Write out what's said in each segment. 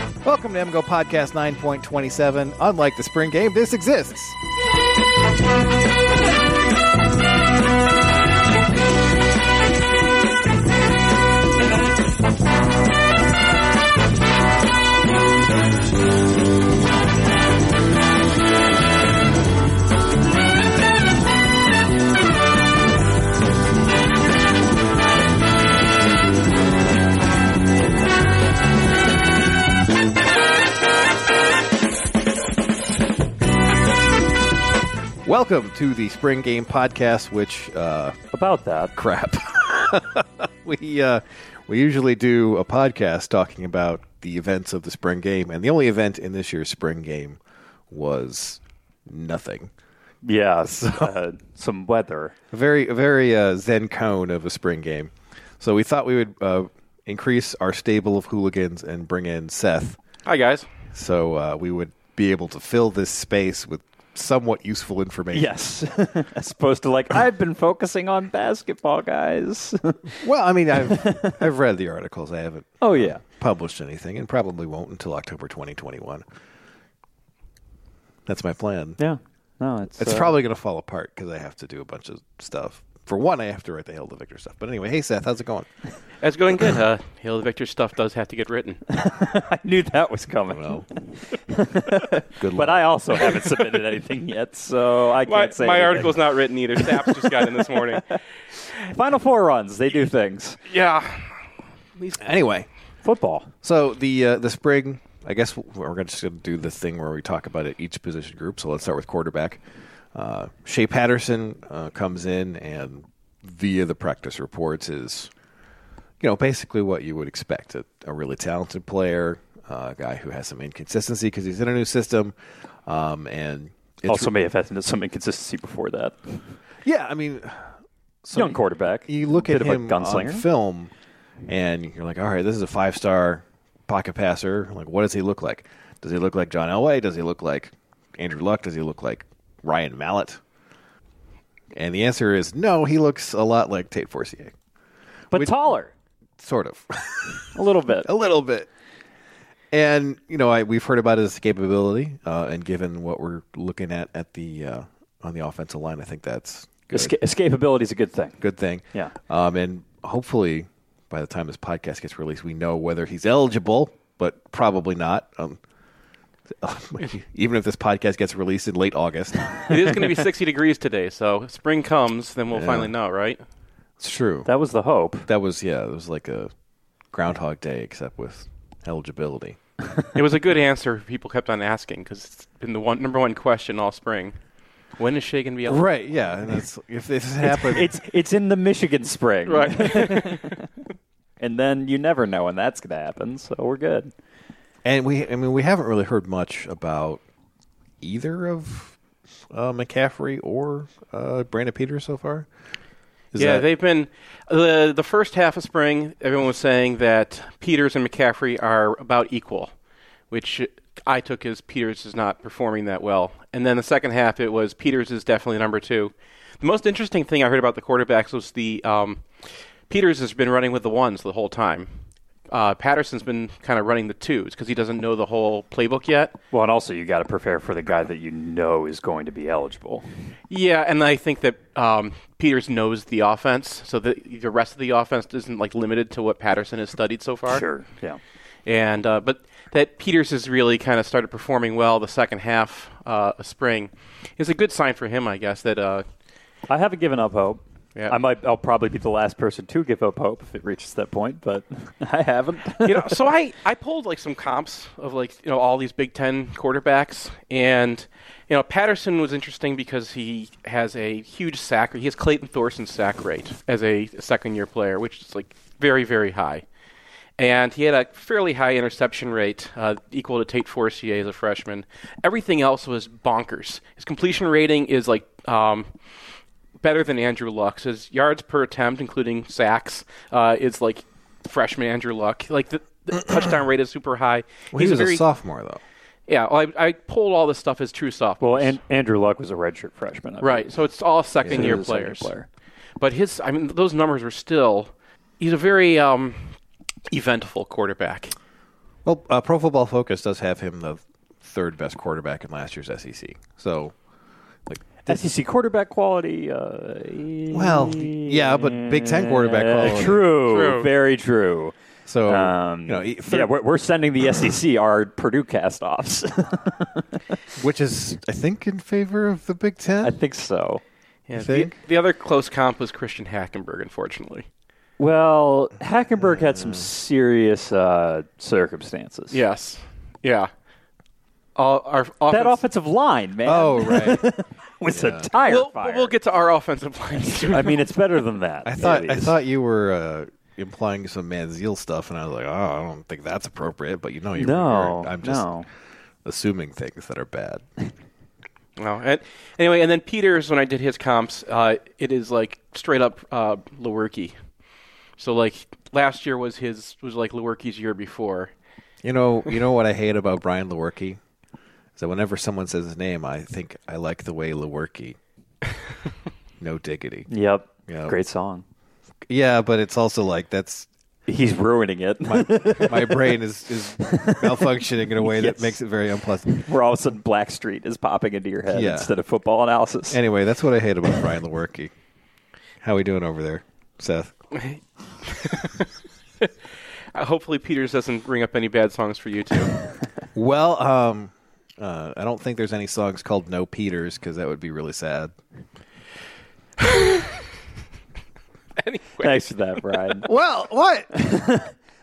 MGO Podcast 9.27. Unlike the spring game, this exists. Welcome to the spring game podcast, which uh, About that, crap. we uh, we usually do a podcast talking about the events of the spring game, and the only event in this year's spring game was nothing. yes, uh, some weather. A very a very uh, zen cone of a spring game. So we thought we would uh, increase our stable of hooligans and bring in Seth, Hi guys. so uh, we would be able to fill this space with somewhat useful information. Yes, as opposed to like I've been focusing on basketball, guys. Well, I mean, I've I've read the articles. I haven't oh yeah, published anything, and probably won't until October 2021. That's my plan. yeah. No, it's It's uh, probably going to fall apart because I have to do a bunch of stuff. For one, I have to write the Hail to Victor stuff. But anyway, hey Seth, how's it going? That's going good. Uh, Hail the Victor stuff does have to get written. I knew that was coming. Good luck. But I also haven't submitted anything yet, so I can't My, say my anything. article's not written either. Saps just got in this morning. Final four runs, they do things. Yeah. anyway, Football. so the uh, the spring, I guess we're gonna- just going to do the thing where we talk about it each position group. So let's start with quarterback. Uh, Shea Patterson uh, comes in and via the practice reports is you know, basically what you would expect a, a really talented player, uh, a guy who has some inconsistency because he's in a new system. Um, and it's also may have had some inconsistency before that. yeah, I mean, so Young quarterback. You look Bit at of a him on gunslinger. film, and you're like, all right, this is a five star pocket passer. Like, what does he look like? Does he look like John Elway? Does he look like Andrew Luck? Does he look like Ryan Mallett? And the answer is no. He looks a lot like Tate Forcier, but taller, sort of. a little bit. a little bit. And you know, I, we've heard about his capability, uh, and given what we're looking at at the uh, on the offensive line, I think that's good. Esca- escapability is a good thing. good thing. Yeah. Um, and hopefully, by the time this podcast gets released, we know whether he's eligible, but probably not. Um, even if this podcast gets released in late August, It is going to be 60 degrees today, so spring comes, then we'll finally know, right? it's true. That was the hope. That was yeah, it was like a Groundhog Day except with eligibility. It was a good answer people kept on asking because it's been the one number one question all spring. When is Shea going to be eligible? Right? Yeah. And that's, if this happened, It's it's in the Michigan spring. Right. And then you never know when that's going to happen, so we're good. And we, I mean, we haven't really heard much about either of uh, McCaffrey or uh, Brandon Peters so far. Is yeah, that- they've been the the first half of spring. Everyone was saying that Peters and McCaffrey are about equal, which I took as Peters is not performing that well. And then the second half, it was Peters is definitely number two. The most interesting thing I heard about the quarterbacks was the um, Peters has been running with the ones the whole time. Uh, Patterson's been kind of running the twos because he doesn't know the whole playbook yet. Well, and also you got to prepare for the guy that you know is going to be eligible. Yeah, and I think that um, Peters knows the offense, so the the rest of the offense isn't like limited to what Patterson has studied so far. Sure. Yeah. and uh, but that Peters has really kind of started performing well the second half uh, of spring is a good sign for him, I guess. That uh, I haven't given up hope. Yeah. I might. I'll probably be the last person to give up hope if it reaches that point, but I haven't. you know, so I I pulled like some comps of like you know all these Big Ten quarterbacks, and you know Patterson was interesting because he has a huge sack. He has Clayton Thorson's sack rate as a second year player, which is like very very high. And he had a fairly high interception rate, uh, equal to Tate Forcier as a freshman. Everything else was bonkers. His completion rating is like um, better than Andrew Luck. So his yards per attempt, including sacks, uh, is like freshman Andrew Luck. Like the, the touchdown rate is super high. well, he was a sophomore though. yeah. Well, I, I pulled all this stuff as true sophomore. well, and Andrew Luck was a redshirt freshman, I right. So it's all second believe. year He was a second-year players. player. But his, I mean, those numbers were still. He's a very um, eventful quarterback. Well, uh, Pro Football Focus does have him the third best quarterback in last year's SEC. So, like, SEC E quarterback quality. Uh, Well, yeah, but Big Ten quarterback eh, quality. True, True. very true. so Um, you know, he- third- yeah, we're, we're sending the SEC our Purdue castoffs. which is I think in favor of the Big Ten. I think so. Yeah, the, think? the other close comp was Christian Hackenberg, unfortunately. Well, Hackenberg had Uh, some serious uh, circumstances. Yes. Yeah. All our offense, That offensive line, man, oh right, was a tire We'll, fire. we'll get to our offensive line soon. I mean, it's better than that. I thought It I is. thought you were uh, implying some Manziel stuff, and I was like, oh, I don't think that's appropriate. But you know, you're, No, you're- I'm just no. assuming things that are bad. Well, and, anyway, and then Peters, when I did his comps, uh, it is like straight up uh, Lewerke. So like last year was his was like Lewerke's year before. You know, you know what I hate about Brian Lewerke is that whenever someone says his name, I think I like the way Lewerke. no diggity. Yep. Yeah. Great song. Yeah, but it's also like that's He's ruining it. my brain is, is malfunctioning in a way Yes. that makes it very unpleasant. Where all of a sudden Blackstreet is popping into your head Yeah. instead of football analysis. Anyway, that's what I hate about Brian Lewerke. How we doing over there, Seth? Uh, hopefully, Peters doesn't bring up any bad songs for you too. Well, um, uh, I don't think there's any songs called No Peters because that would be really sad. anyway, Thanks for that, Brian. Well, what?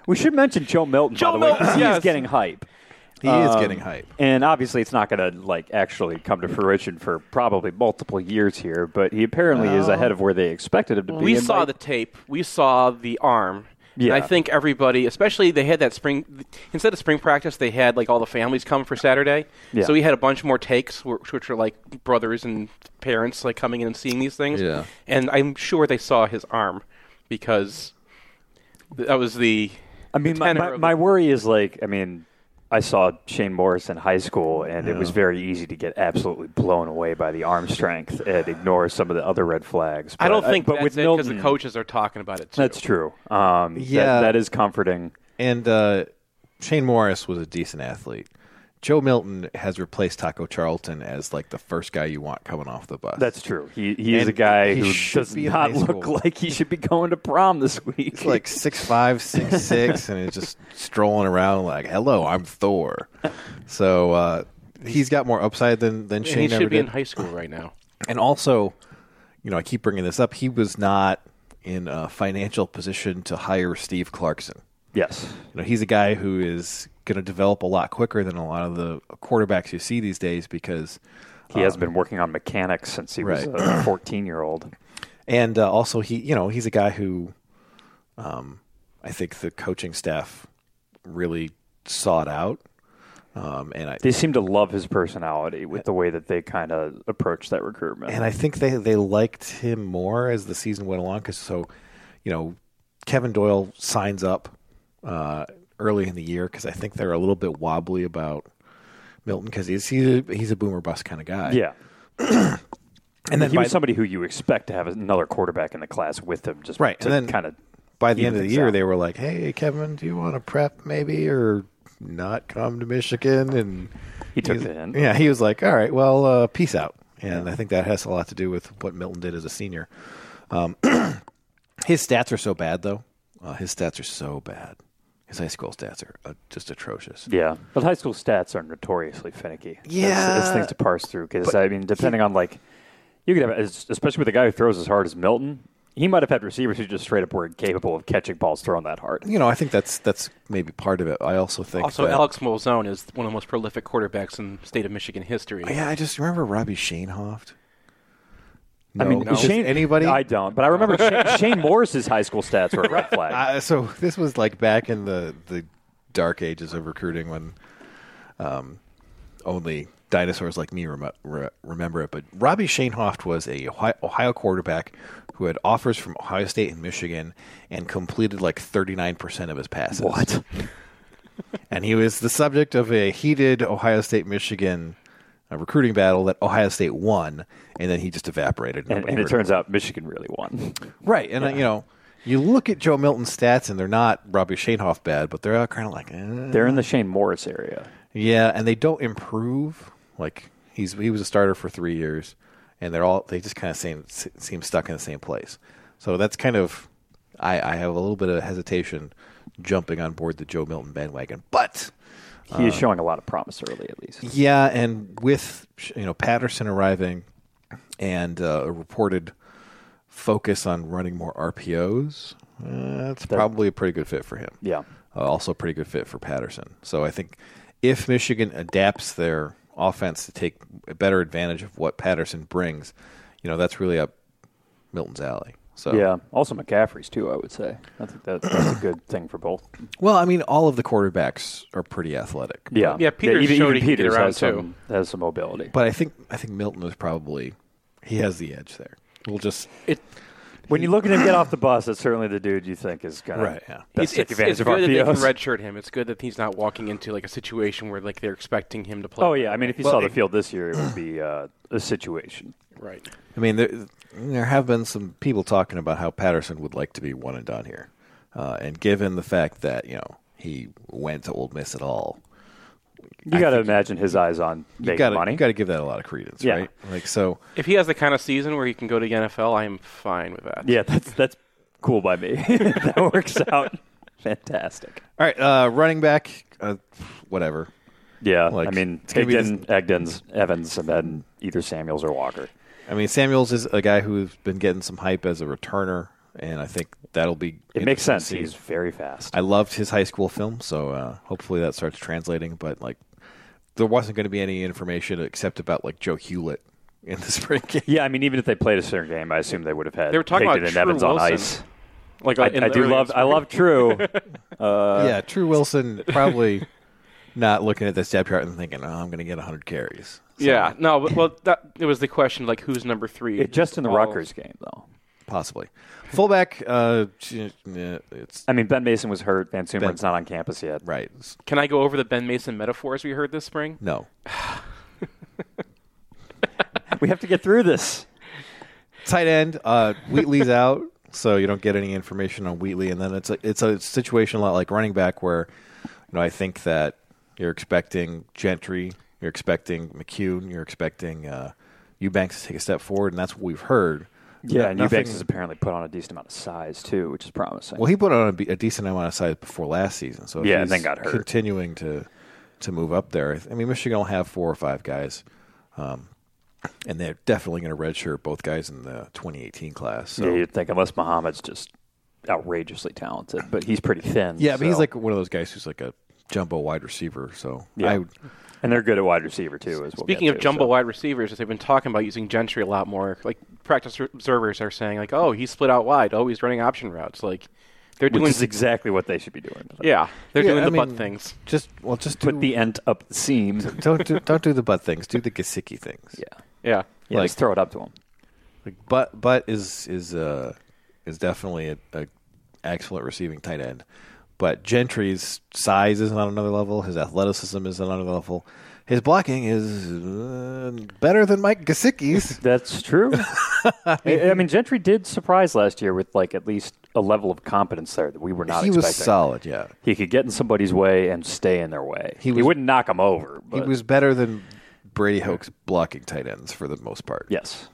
we should mention Joe Milton. Joe by the way, 'cause Milton, he is yes. getting hype. Um, He is getting hype. And obviously, it's not going to like actually come to fruition for probably multiple years here. But he apparently is ahead of where they expected him to be. we and, saw like, the tape. We saw the arm. Yeah. And I think everybody, especially they had that spring. Instead of spring practice, they had like all the families come for Saturday. Yeah. So we had a bunch more takes, which, which were like brothers and parents like coming in and seeing these things. Yeah. And I'm sure they saw his arm because th- that was the. I mean, my, tenor my, of my it. worry is like, I mean, I saw Shane Morris in high school, and it was very easy to get absolutely blown away by the arm strength and ignore some of the other red flags. I don't But- think but with Mm. that's it because Milton, the coaches are talking about it too. that's true. Um, that- Yeah. that is comforting. And uh, Shane Morris was a decent athlete. Joe Milton has replaced Taco Charlton as like the first guy you want coming off the bus. That's true. He, he is And a guy he who should does be in not high look school. like he should be going to prom this week. He's like six five, six six, and is just strolling around like, "Hello, I'm Thor." So uh, he's got more upside than than And Shane he ever should be did. in high school right now. and also, you know, I keep bringing this up. He was not in a financial position to hire Steve Clarkson. yes. You know, he's a guy who is going to develop a lot quicker than a lot of the quarterbacks you see these days because um, He has been working on mechanics since he was Right. a 14 year old. and uh, also he you know he's a guy who um, i think the coaching staff really sought out um, and i They seem to love his personality with the way that they kind of approach that recruitment. and i think they they liked him more as the season went along because so you know kevin doyle signs up uh, early in the year because i think they're a little bit wobbly about milton because he's he's a, he's a boomer bust kind of guy yeah. and then he by was somebody who you expect to have another quarterback in the class with him, just Right, to and then- kind of by the Even end of the things year, out. they were like, "Hey, Kevin, do you want to prep maybe or not come to Michigan?" And He took he's- the hint. Yeah, he was like, "All right, well, uh, peace out." And I think that has a lot to do with what Milton did as a senior. Um, his stats are so bad, though. Uh, his stats are so bad. His high school stats are uh, just atrocious. yeah. But high school stats are notoriously finicky. It's- it's, Yeah. things to parse through because I mean, depending on like you could have, es- especially with a guy who throws as hard as Milton, he might have had receivers who just straight up were incapable of catching balls thrown that hard. You know, I think that's that's maybe part of it. I also think Also, that- Alex Molzone is one of the most prolific quarterbacks in state of Michigan history. Oh, Yeah, I just remember Robbie Shanehoft. I mean, No. Just Shane, anybody? I don't, but I remember Shane, Shane Morris's high school stats were a red flag. Uh, so this was like back in the the dark ages of recruiting when um, only dinosaurs like me rem- re- remember it. But Robbie Shanehoft was a Ohio, Ohio quarterback who had offers from Ohio State and Michigan and completed like 39% of his passes. What? And he was the subject of a heated Ohio State Michigan uh, recruiting battle that Ohio State won, and then he just evaporated. And, Nobody and it heard turns out Michigan really won. Right, and uh, you know, You look at Joe Milton's stats, and they're not Robbie Shanehoff bad, but they're kind of like eh. They're in the Shane Morris area. yeah, and they don't improve. Like he's he was a starter for three years, and they're all they just kind of seem seem stuck in the same place. So that's kind of I, I have a little bit of hesitation jumping on board the Joe Milton bandwagon, but uh, He is showing a lot of promise early, at least. Yeah, and with you know Patterson arriving and uh, a reported focus on running more RPOs, uh, that's probably a pretty good fit for him. Yeah. Uh, also a pretty good fit for Patterson. So I think if Michigan adapts their offense to take a better advantage of what Patterson brings, you know that's really up Milton's alley. So Yeah. Also McCaffrey's too. I would say. I think that, that's a good thing for both. well, I mean, all of the quarterbacks are pretty athletic. Yeah. Yeah, Peters even, showed even he can get Peters around, has some, too. has some mobility. but I think I think Milton is probably he has the edge there. We'll just when you look at him get off the bus, that's certainly the dude you think is going Right, yeah. to take Uh, it's, it's advantage good of that they can RPOs. redshirt him. It's good that he's not walking into like a situation where like they're expecting him to play. Oh yeah, I mean, if you Well, saw the it- field this year, it would be uh, a situation. right. I mean, there there have been some people talking about how Patterson would like to be one and done here, uh, and given the fact that you know he went to Old Miss at all, You got to imagine his eyes on you making got money. you got to give that a lot of credence, Yeah. right? Like so, If he has the kind of season where he can go to the NFL, I'm fine with that. yeah, that's that's cool by me. that works out fantastic. all right, uh, running back, uh, whatever. Yeah, Like, I mean, it's gonna be Higdon, Egden's, Evans, and then either Samuels or Walker. I mean, Samuels is a guy who's been getting some hype as a returner, and I think that'll be. It makes interesting to sense. see. He's very fast. I loved his high school film, so uh, hopefully that starts translating. But like, there wasn't going to be any information except about like Joe Hewlett in the spring game. yeah, I mean, even if they played a certain game, I assume they would have had They were talking about Higdon and True Evans on Wilson. ice. Like I, in I the do early love. I spring. love True. Uh, yeah, True Wilson probably not looking at this depth chart and thinking, "Oh, I'm going to get 100 carries." Yeah, no, but- well, that it was the question like who's number three? It- just in the Well, Rutgers game, though. Possibly. Fullback, uh, it's I mean, Ben Mason was hurt. Van Sumren's Ben- not on campus yet. right. It's- Can I go over the Ben Mason metaphors we heard this spring? No, We have to get through this. tight end. Uh, Wheatley's out, so you don't get any information on Wheatley. And then it's a, it's a situation a lot like running back, where you know I think that you're expecting Gentry, you're expecting McCune, you're expecting uh, Eubanks to take a step forward, and that's what we've heard. Yeah, and nothing- Eubanks has apparently put on a decent amount of size too, which is promising. Well, he put on a, be- a decent amount of size before last season, so if Yeah, and he's then got hurt. Continuing to to move up there. I mean, Michigan will have four or five guys, um, and they're definitely going to redshirt both guys in the 2018 class. So. Yeah, you'd think unless Muhammad's just outrageously talented, but he's pretty thin. Yeah, but he's so- like one of those guys who's like a jumbo wide receiver. So Yeah. I would, and they're good at wide receiver too. As we'll Speaking get of to, jumbo so. wide receivers, as they've been talking about using Gentry a lot more, like practice r- observers are saying, like, oh, he's split out wide. Oh, he's running option routes. Like, they're which doing, is exactly what they should be doing. yeah, they're Yeah, doing I the butt mean- things. just well, just do, put the end up the seam. don't do, don't do the butt things. Do the Gasicki things. yeah, Yeah, yeah, Like- just throw it up to him. like butt butt is is uh is definitely a, a excellent receiving tight end, but Gentry's size is on another level. His athleticism is on another level. His blocking is uh, better than Mike Gasicki's. That's true. I, I mean, Gentry did surprise last year with like at least a level of competence there that we were not he expecting. was solid. Yeah, He could get in somebody's way and stay in their way. He, was- wouldn't knock them over. But he was better than Brady Hoke's blocking tight ends for the most part. Yes,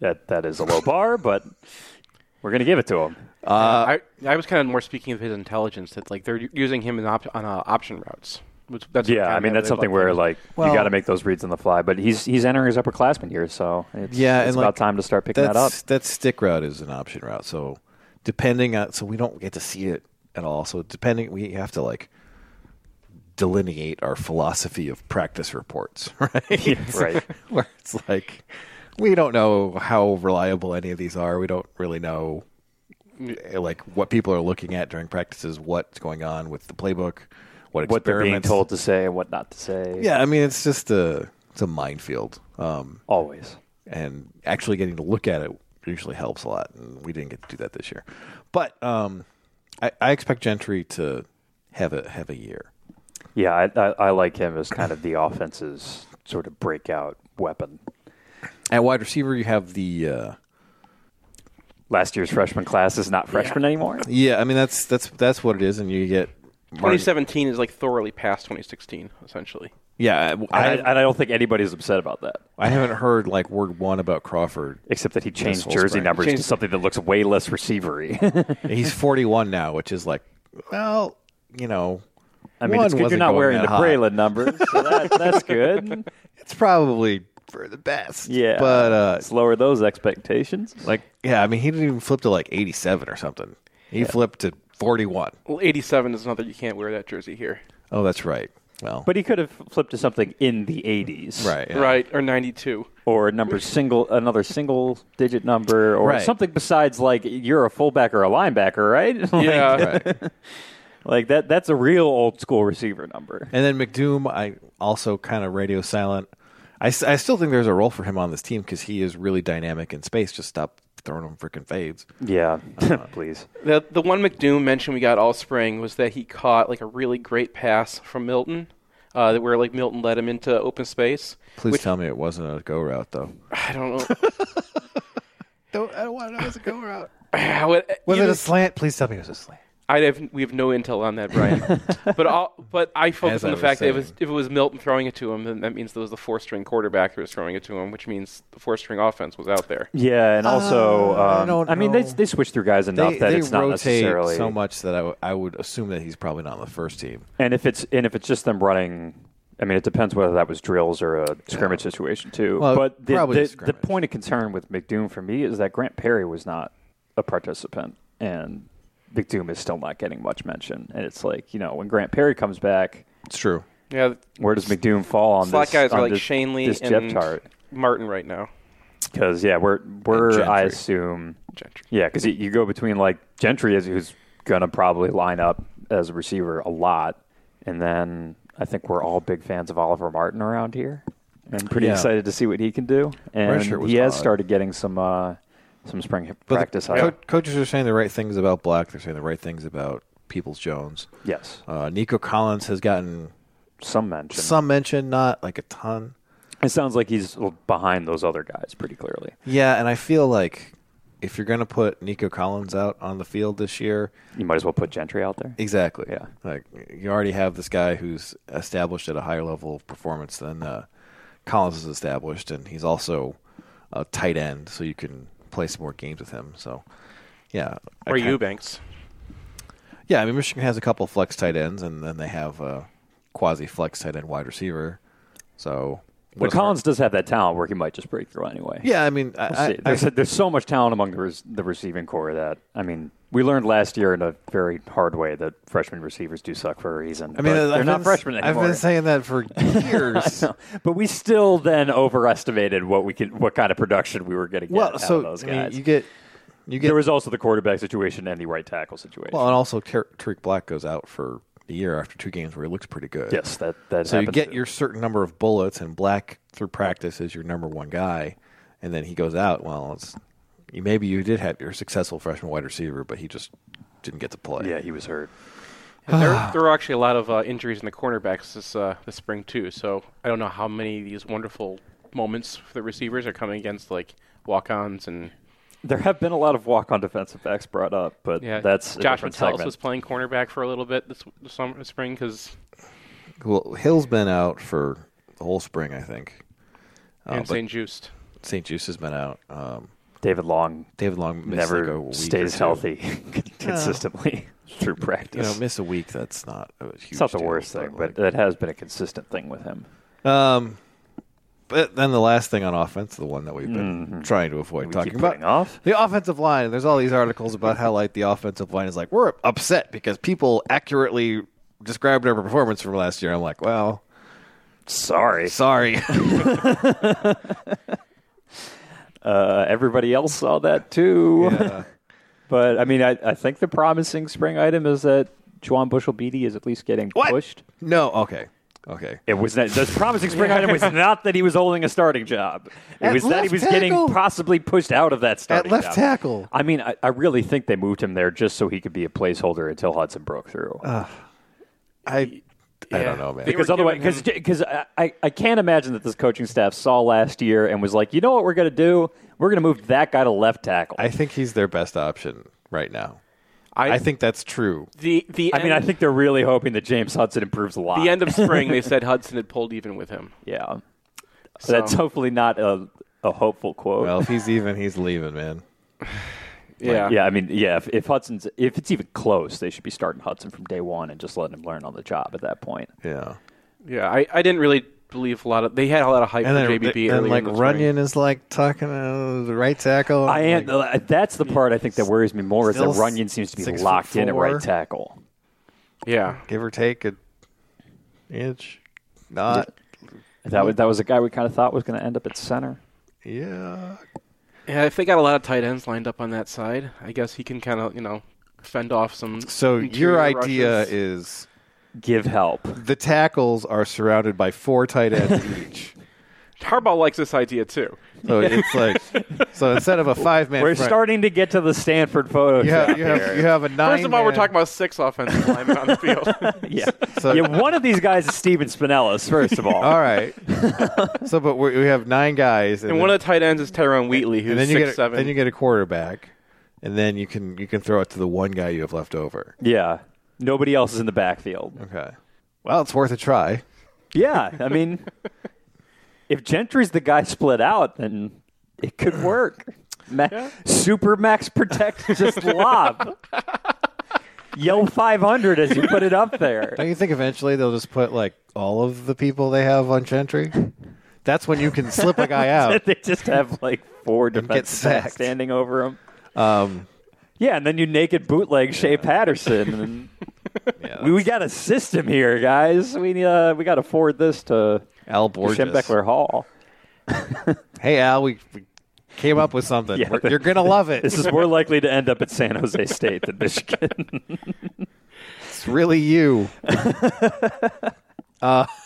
that that is a low bar, but we're going to give it to him. Uh, I, I was kind of more speaking of his intelligence that like they're u- using him in op- on uh, option routes. Which, that's Yeah, I mean that's something where like Well- you got to make those reads on the fly. But he's he's entering his upperclassman year, so it's, Yeah, it's and, about like, time to start picking that's, that up. That stick route is an option route. So depending on, so we don't get to see it at all. So depending, we have to like delineate our philosophy of practice reports, right? right. Where it's like we don't know how reliable any of these are. We don't really know eh, like what people are looking at during practices, what's going on with the playbook, what, What they're being experiments. told to say and what not to say. Yeah, I mean it's just a it's a minefield. Um, always. and actually getting to look at it usually helps a lot. And we didn't get to do that this year, but um, I, I expect Gentry to have a have a year. Yeah, I, I, I like him as kind of the offense's sort of breakout weapon. At wide receiver, you have the uh, last year's freshman class is not freshman anymore. Yeah, I mean that's that's that's what it is, and you get. Martin- 2017 is like thoroughly past 2016, essentially. Yeah, I, I, and I don't think anybody's upset about that, I haven't heard like word one about Crawford. except that he changed whole jersey spring. numbers Changed- to something that looks way less receivery. He's 41 now, which is like, well, you know, I mean, one it's good you're wasn't not going wearing that the hot. Braylon numbers, so that, that's good. It's probably for the best. Yeah, but uh, let's lower those expectations. like, yeah, I mean, he didn't even flip to like 87 or something. He flipped to 41. Well, 87 is another you can't wear that jersey here. Oh, that's right. Well, But he could have flipped to something in the 80s, right, yeah. Right, or 92. Or number single, another single digit number, or Right. something besides like you're a fullback or a linebacker, right? Like- Yeah. Right. like that. That's a real old school receiver number. And then McDoom, I also kind of radio silent. I, s- I still think there's a role for him on this team because he is really dynamic in space. Just stop throwing him freaking fades. Uh, Yeah, please. The, the one McDoom mentioned we got all spring was that he caught like a really great pass from Milton, uh, that where like Milton led him into open space. Please which- tell me it wasn't a go route though. I don't know. Don't, I don't want to know it was a go route. I would- Was it either- a slant? Please tell me it was a slant. I'd have we have no intel on that, Brian. but all, but I focus As on I the was fact that it was saying. if it was Milton throwing it to him, then that means there was the four string quarterback who was throwing it to him, which means the four string offense was out there. Yeah, and also, Uh, I um, don't I, mean, they know. they switch through guys enough They, that they it's not rotate necessarily so much that I, w- I would assume that he's probably not on the first team. And if it's and if it's just them running, I mean, it depends whether that was drills or a scrimmage situation too. Well, but the, probably the, the scrimmage. point of concern with McDoom for me is that Grant Perry was not a participant, and McDoom is still not getting much mention. And it's like you know when Grant Perry comes back, It's true. Yeah, where does McDoom fall on slot this? guys on are like this, Shane Lee this and depth chart? Martin right now. Because yeah, we're we're I Gentry. assume Gentry. yeah, because you, you go between like Gentry, is who's gonna probably line up as a receiver a lot, and then I think we're all big fans of Oliver Martin around here, and pretty Yeah. excited to see what he can do. And Redshirt was he has odd. started getting some uh, some spring But practice. the out. co- coaches are saying the right things about Black. They're saying the right things about Peoples Jones. yes, Uh, Nico Collins has gotten some mention. some mention, not like a ton. It sounds like he's behind those other guys pretty clearly. Yeah, and I feel like if you're going to put Nico Collins out on the field this year, You might as well put Gentry out there. exactly. Yeah. like you already have this guy who's established at a higher level of performance than uh, Collins is established, and he's also a tight end, so you can play some more games with him. So, yeah, I Or kind- Eubanks. Yeah, I mean Michigan has a couple flex tight ends, and then they have a quasi flex tight end wide receiver. So, But Collins does have that talent where he might just break through anyway. yeah, I mean, I, We'll I- see. there's, I- there's so much talent among the, res- the receiving core that I mean, we learned last year in a very hard way that freshman receivers do suck for a reason. I mean, uh, but they're I've not been- freshmen I've anymore. been saying that for years. but we still then overestimated what we could, what kind of production we were getting well, out so of those I mean, guys. you get you get there was also the quarterback situation and the right tackle situation. well, and also Ter- Tariq Black goes out for the year after two games where he looks pretty good. yes, that that So you happens get too. your certain number of bullets, and Black through practice is your number one guy, and then he goes out. Well, it's you, maybe you did have your successful freshman wide receiver, but he just didn't get to play. yeah, he was hurt. And there, there were actually a lot of uh, injuries in the cornerbacks this uh, this spring too. So I don't know how many of these wonderful moments for the receivers are coming against like walk-ons and There have been a lot of walk on defensive backs brought up, but yeah. that's a Josh different Metellus segment. was playing cornerback for a little bit this, this summer, this spring because Well, Hill's been out for the whole spring, I think. Uh, and but St. Just. St. Juice has been out. Um, David Long David Long missed like a never week or stays two. healthy consistently through You practice. know, miss a week. That's not a huge. it's not the deal, worst thing, but like- that has been a consistent thing with him. um, but then the last thing on offense, the one that we've been trying to avoid Mm-hmm. We talking keep about, putting off. the offensive line. There's all these articles about how like the offensive line is like we're upset because people accurately described our performance from last year. I'm like, well, Sorry, sorry. uh, everybody else saw that too. Yeah. but I mean, I, I think the promising spring item is that Juwan Bushel Beatty is at least getting What? pushed. no, okay, okay. It was not, the promising spring item was not that he was holding a starting job. It At was that he left was tackle. getting possibly pushed out of that starting left job. tackle. I mean, I, I really think they moved him there just so he could be a placeholder until Hudson broke through. I I Yeah. don't know, man. They were Because otherwise, giving him- because because I, I can't imagine that this coaching staff saw last year and was like, you know what we're going to do? We're going to move that guy to left tackle. I think he's their best option right now. I, think that's true. the the I mean, I end- think they're really hoping that James Hudson improves a lot. the end of spring they said Hudson had pulled even with him. yeah. So that's So- hopefully not a, a hopeful quote. Well, if he's even, he's leaving, man. Yeah. yeah, I mean, yeah, if, if Hudson's if it's even close, they should be starting Hudson from day one and just letting him learn on the job at that point. Yeah. Yeah, I, I didn't really believe a lot of. They had a lot of hype And then for JBB and early like in the spring. Runyon is like talking uh, the right tackle. I am. Like, uh, that's the part I think that worries me more is that Still Runyon seems to be six locked foot in at four. right tackle. Yeah, give or take an inch. Not. That was that was a guy we kind of thought was going to end up at center. Yeah. yeah. If they got a lot of tight ends lined up on that side, I guess he can kind of you know fend off some. So your interior idea rushes. is Give help. the tackles are surrounded by four tight ends each. Harbaugh likes this idea too. So it's like so instead of a five man, We're front, starting to get to the Stanford photo. You have you have, you have a nine. First of all, we're talking about six offensive linemen on the field. yeah. So- yeah, one of these guys is Steven Spinellis, first of all. All right. so, but we we have nine guys, and, And then, one of the tight ends is Tyrone Wheatley, who's and then you six get a, seven. then you get a quarterback, and then you can you can throw it to the one guy you have left over. Yeah. Nobody else is in the backfield. Okay. Well, it's worth a try. Yeah. I mean, if Gentry's the guy split out, then it could work. Ma- Super Max Protect just lob. Yell 500 as you put it up there. Don't you think eventually they'll just put like all of the people they have on Gentry? That's when you can slip a guy out. they just have like four defensive backs sacked. standing over him. Um, Yeah, and then you naked bootleg Shea Patterson. And yeah, we, we got a system here, guys. We uh, we got to forward this to Al Borges. Schembeckler Hall. Hey Al, we, we came up with something. Yeah, We're- but- you're gonna love it. This is more likely to end up at San Jose State than Michigan. It's really you. Uh,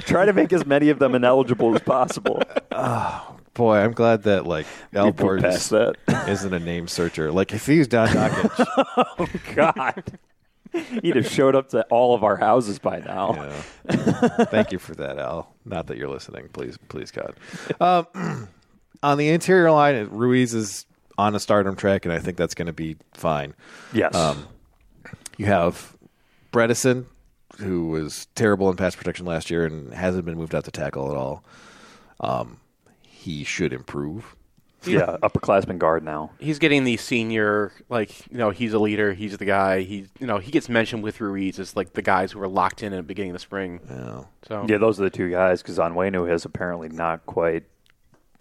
Try to make as many of them ineligible as possible. Uh, Boy, I'm glad that like Al We blew past Borges that. Oh, isn't a name searcher. Like if he was Don Dockage, God. He'd have showed up to all of our houses by now. Yeah. Thank you for that, Al. Not that you're listening, please, please, God. Um, on the interior line, it- Ruiz is on a stardom track, and I think that's going to be fine. Yes. Um, You have Bredesen, who was terrible in pass protection last year and hasn't been moved out to tackle at all. Um, he should improve. yeah, upperclassman guard now. Oh. he's getting the senior, like you know, he's a leader, he's the guy. He you know he gets mentioned with Ruiz as like the guys who were locked in at the beginning of the spring. Yeah. So Yeah, those are the two guys because Onwenu has apparently not quite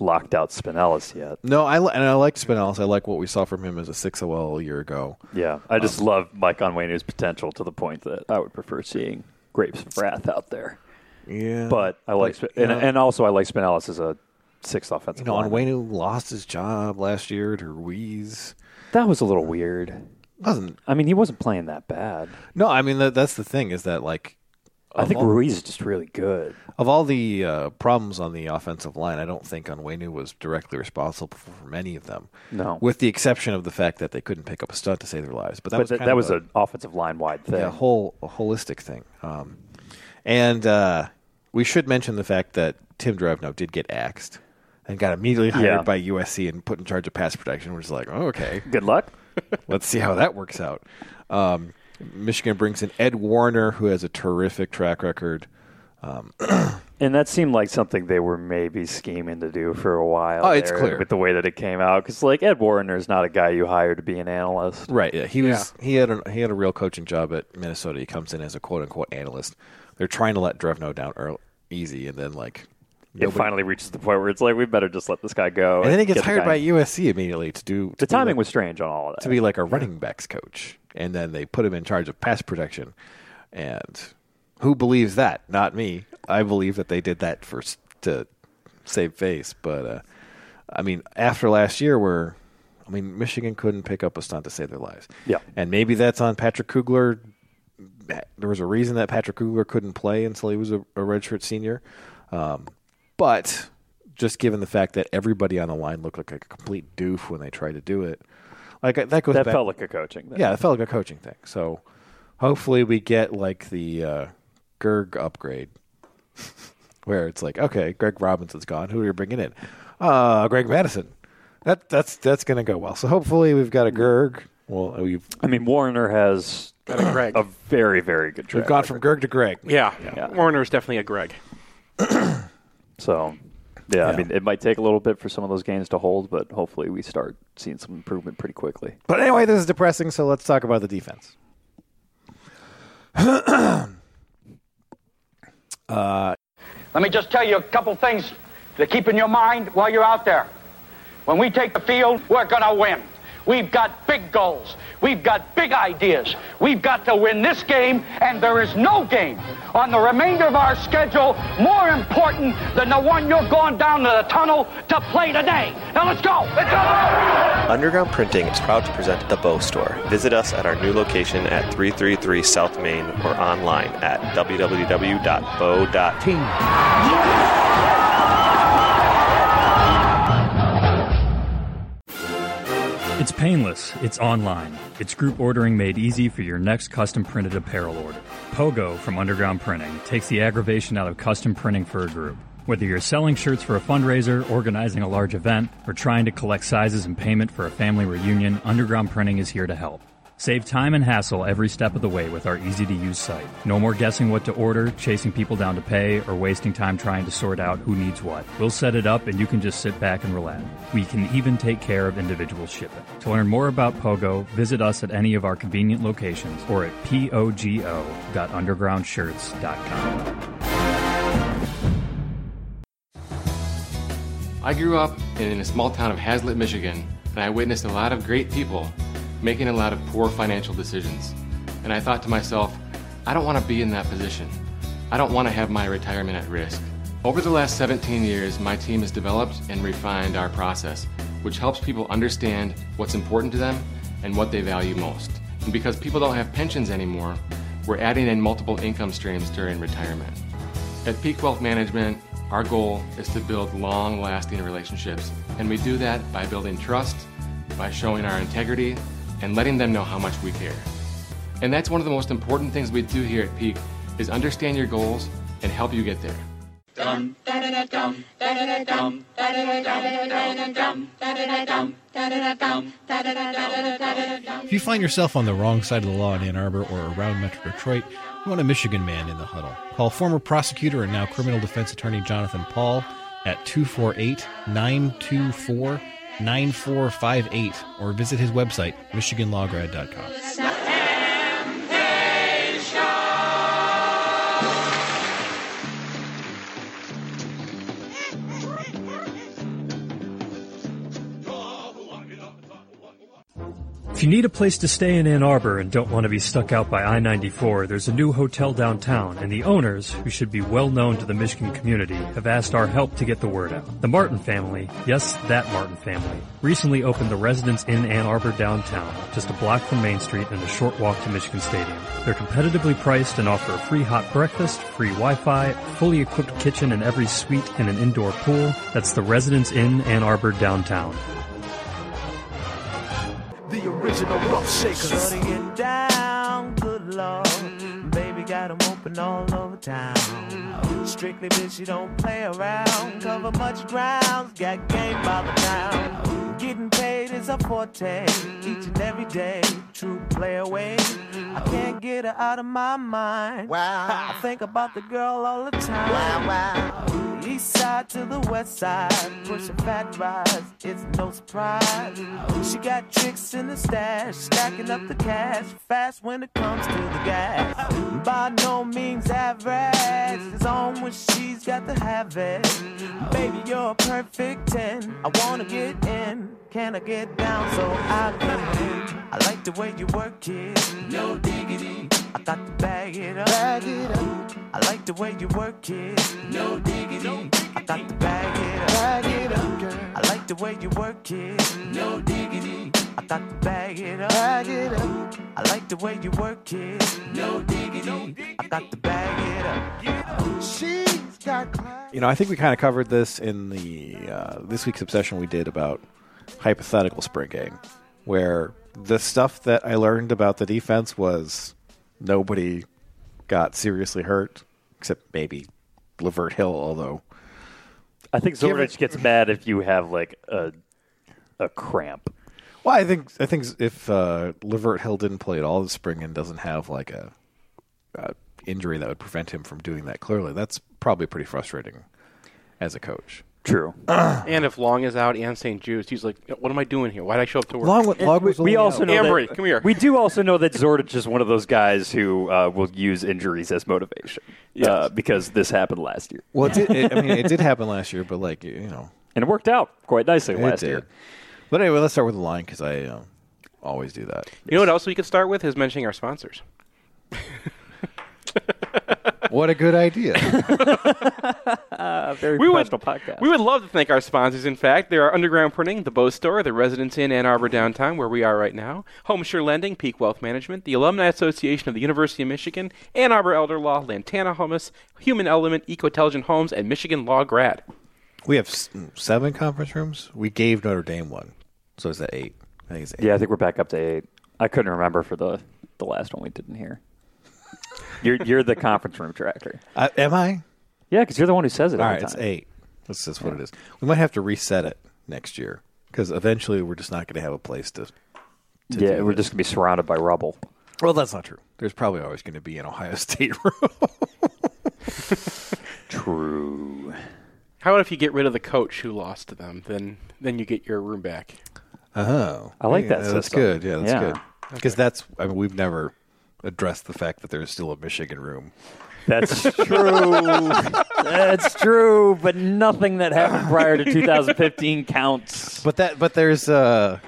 locked out Spinellis yet. No, I li- and I like Spinellis. I like what we saw from him as a six OL a year ago. Yeah, I just love Mike Onwenu's potential to the point that I would prefer seeing Grapes of Wrath out there. Yeah, But I like, Sp- and, yeah. and also I like Spinellis as a sixth offensive. you know, lineman. Onwenu lost his job last year to Ruiz. that was a little weird. Wasn't I mean, he wasn't playing that bad. no? I mean, that, that's the thing is that like I think all- Ruiz is just really good. of all the uh, problems on the offensive line, I don't think Onwenu was directly responsible for many of them. No. with the exception of the fact that they couldn't pick up a stunt to save their lives. But that but was that, kind that of was a, an offensive line wide thing. yeah, whole a holistic thing. Um, and uh, we should mention the fact that Tim Drevno did get axed and got immediately hired Yeah. by USC and put in charge of pass protection. We're just like, oh, okay. good luck. Let's see how that works out. Um, Michigan brings in Ed Warner, who has a terrific track record. Um, And that seemed like something they were maybe scheming to do for a while. Oh, it's there clear. with the way that it came out because like Ed Warner is not a guy you hire to be an analyst. Right. Yeah. He was. He had a he had a real coaching job at Minnesota. He comes in as a quote unquote analyst. They're trying to let Drevno down early, easy, and then like It finally reaches the point where it's like we better just let this guy go. and then he gets get the hired guy- by USC immediately to do to The be timing like- was strange on all of that. to be like a running backs coach, and then they put him in charge of pass protection. And who believes that? Not me. I believe that they did that for s- to save face. But uh, I mean, after last year, where I mean, Michigan couldn't pick up a stunt to save their lives. Yeah. and maybe that's on Patrick Kugler. There was a reason that Patrick Kugler couldn't play until he was a, a redshirt senior. Um, but just given the fact that everybody on the line looked like a complete doof when they tried to do it, like that goes that back felt like a coaching. Thing. yeah, it felt like a coaching thing. So hopefully we get like the uh, Gerg upgrade, where it's like, okay, Greg Robinson's gone. Who are you bringing in? Uh, Greg Madison. That that's that's going to go well. So hopefully we've got a Gerg. Well, we've I mean, Warner has Got a Greg. a very, very good track. we've gone from Gerg to Greg. yeah. Yeah. Warner is definitely a Greg. So, yeah, Yeah. I mean, it might take a little bit for some of those gains to hold, but hopefully we start seeing some improvement pretty quickly. But anyway, this is depressing. So let's talk about the defense. Let me just tell you a couple things to keep in your mind while you're out there. When we take the field, we're going to win. We've got big goals. We've got big ideas. We've got to win this game, and there is no game on the remainder of our schedule more important than the one you're going down to the tunnel to play today. Now let's go. Let's go. Underground Printing is proud to present the Bow Store. Visit us at our new location at 333 South Main or online at www.bow.com. It's painless, it's online, it's group ordering made easy for your next custom printed apparel order. Pogo from Underground Printing takes the aggravation out of custom printing for a group. Whether you're selling shirts for a fundraiser, organizing a large event, or trying to collect sizes and payment for a family reunion, Underground Printing is here to help. Save time and hassle every step of the way with our easy to use site. No more guessing what to order, chasing people down to pay, or wasting time trying to sort out who needs what. We'll set it up and you can just sit back and relax. We can even take care of individual shipping. To learn more about Pogo, visit us at any of our convenient locations or at pogo.undergroundshirts.com. I grew up in a small town of Hazlitt, Michigan, and I witnessed a lot of great people making a lot of poor financial decisions. And I thought to myself, I don't want to be in that position. I don't want to have my retirement at risk. Over the last 17 years, my team has developed and refined our process, which helps people understand what's important to them and what they value most. And because people don't have pensions anymore, we're adding in multiple income streams during retirement. At Peak Wealth Management, our goal is to build long lasting relationships, and we do that by building trust, by showing our integrity, and letting them know how much we care. And that's one of the most important things we do here at Peak is understand your goals and help you get there. If you find yourself on the wrong side of the law in Ann Arbor or around Metro Detroit, you want a Michigan man in the huddle. Call former prosecutor and now criminal defense attorney Jonathan Paul at 248 924 9458 or visit his website, MichiganLawGrad.com. If you need a place to stay in Ann Arbor and don't want to be stuck out by I 94, there's a new hotel downtown, and the owners, who should be well known to the Michigan community, have asked our help to get the word out. The Martin family, yes, that Martin family, recently opened the Residence in Ann Arbor downtown, just a block from Main Street and a short walk to Michigan Stadium. They're competitively priced and offer a free hot breakfast, free Wi Fi, fully equipped kitchen in every suite, and an indoor pool. That's the Residence in Ann Arbor downtown. The original rough shakers. Mm-hmm. and down, good lord. Baby got 'em open all over town. Strictly bitch, you don't play around. Cover much ground, got game by the town. Getting paid is a forte. Each and every day, true play away. I can't get her out of my mind. Mm-hmm. Wow. I think about the girl all the time. Wow, wow. East side to the west side, pushing fat rides, it's no surprise. She got tricks in the stash, stacking up the cash, fast when it comes to the gas. By no means average, it's on when she's got to have it. Baby, you're a perfect 10. I wanna get in, can I get down so I can? I like the way you work it, no diggity. I got to bag it up. Bag it up. I like the way you work it. No diggity. I got to bag it up. Bag it up, girl. I like the way you work it. No diggity. I got to bag it up. Bag it up. I like the way you work it. No diggity. I got to bag it up. She's got class. You know, I think we kind of covered this in the uh, this week's obsession we did about hypothetical spring game, where the stuff that I learned about the defense was nobody got seriously hurt. except maybe Lavert Hill, although I think Zornich gets mad if you have like a a cramp. Well, I think I think if uh, Levert Hill didn't play at all this spring and doesn't have like a, a injury that would prevent him from doing that, clearly that's probably pretty frustrating as a coach. True. And if Long is out and St. Jude's, he's like, what am I doing here? Why'd I show up to work? Long, Long was we only also out. know Amory, that, come here. We do also know that Zornich is one of those guys who uh, will use injuries as motivation. Uh, because this happened last year. Well, it did, it, I mean, it did happen last year, but like you know, And it worked out quite nicely it last did. year. But anyway, let's start with the line because I um, always do that. You know what else we could start with is mentioning our sponsors. What a good idea! A very We would- professional podcast. We would love to thank our sponsors. In fact, they are Underground Printing, The Bow Store, The Residence Inn, Ann Arbor Downtown, where we are right now, Homeshire Lending, Peak Wealth Management, the Alumni Association of the University of Michigan, Ann Arbor Elder Law, Lantana Hummus, Human Element, Ecotelligent Homes, and Michigan Law Grad. we have s- seven conference rooms. We gave Notre Dame one, so is that eight? I think it's eight. Yeah, I think we're back up to eight. I couldn't remember for the the last one we didn't hear. You're you're the conference room tracker. I, uh, am I? Yeah, because you're the one who says it. All every right, it's time. eight. That's just what it is. We might have to reset it next year because eventually we're just not going to have a place to. Yeah, we're just gonna be surrounded by rubble. Well, that's not true. There's probably always going to be an Ohio State room. True. How about if you get rid of the coach who lost to them? Then, then you get your room back. Oh, I like Yeah, that That's system. good. Yeah, that's Yeah. good. Because that's. I mean, we've never addressed the fact that there's still a Michigan room. That's true. That's true. But nothing that happened prior to 2015 counts. But that. But there's. uh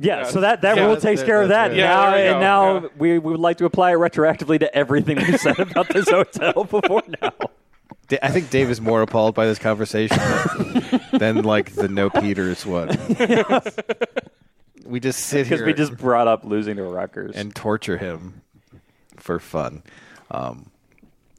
Yeah, so that that Yeah, rule that's takes it, care of that's that. it. Yeah, Now there we and go, now yeah. we, we would like to apply it retroactively to everything we said about this hotel before now. Da- I think Dave is more appalled by this conversation than like the no Peters one. we just sit here Because we just brought up losing to Rutgers. and torture him for fun. Um,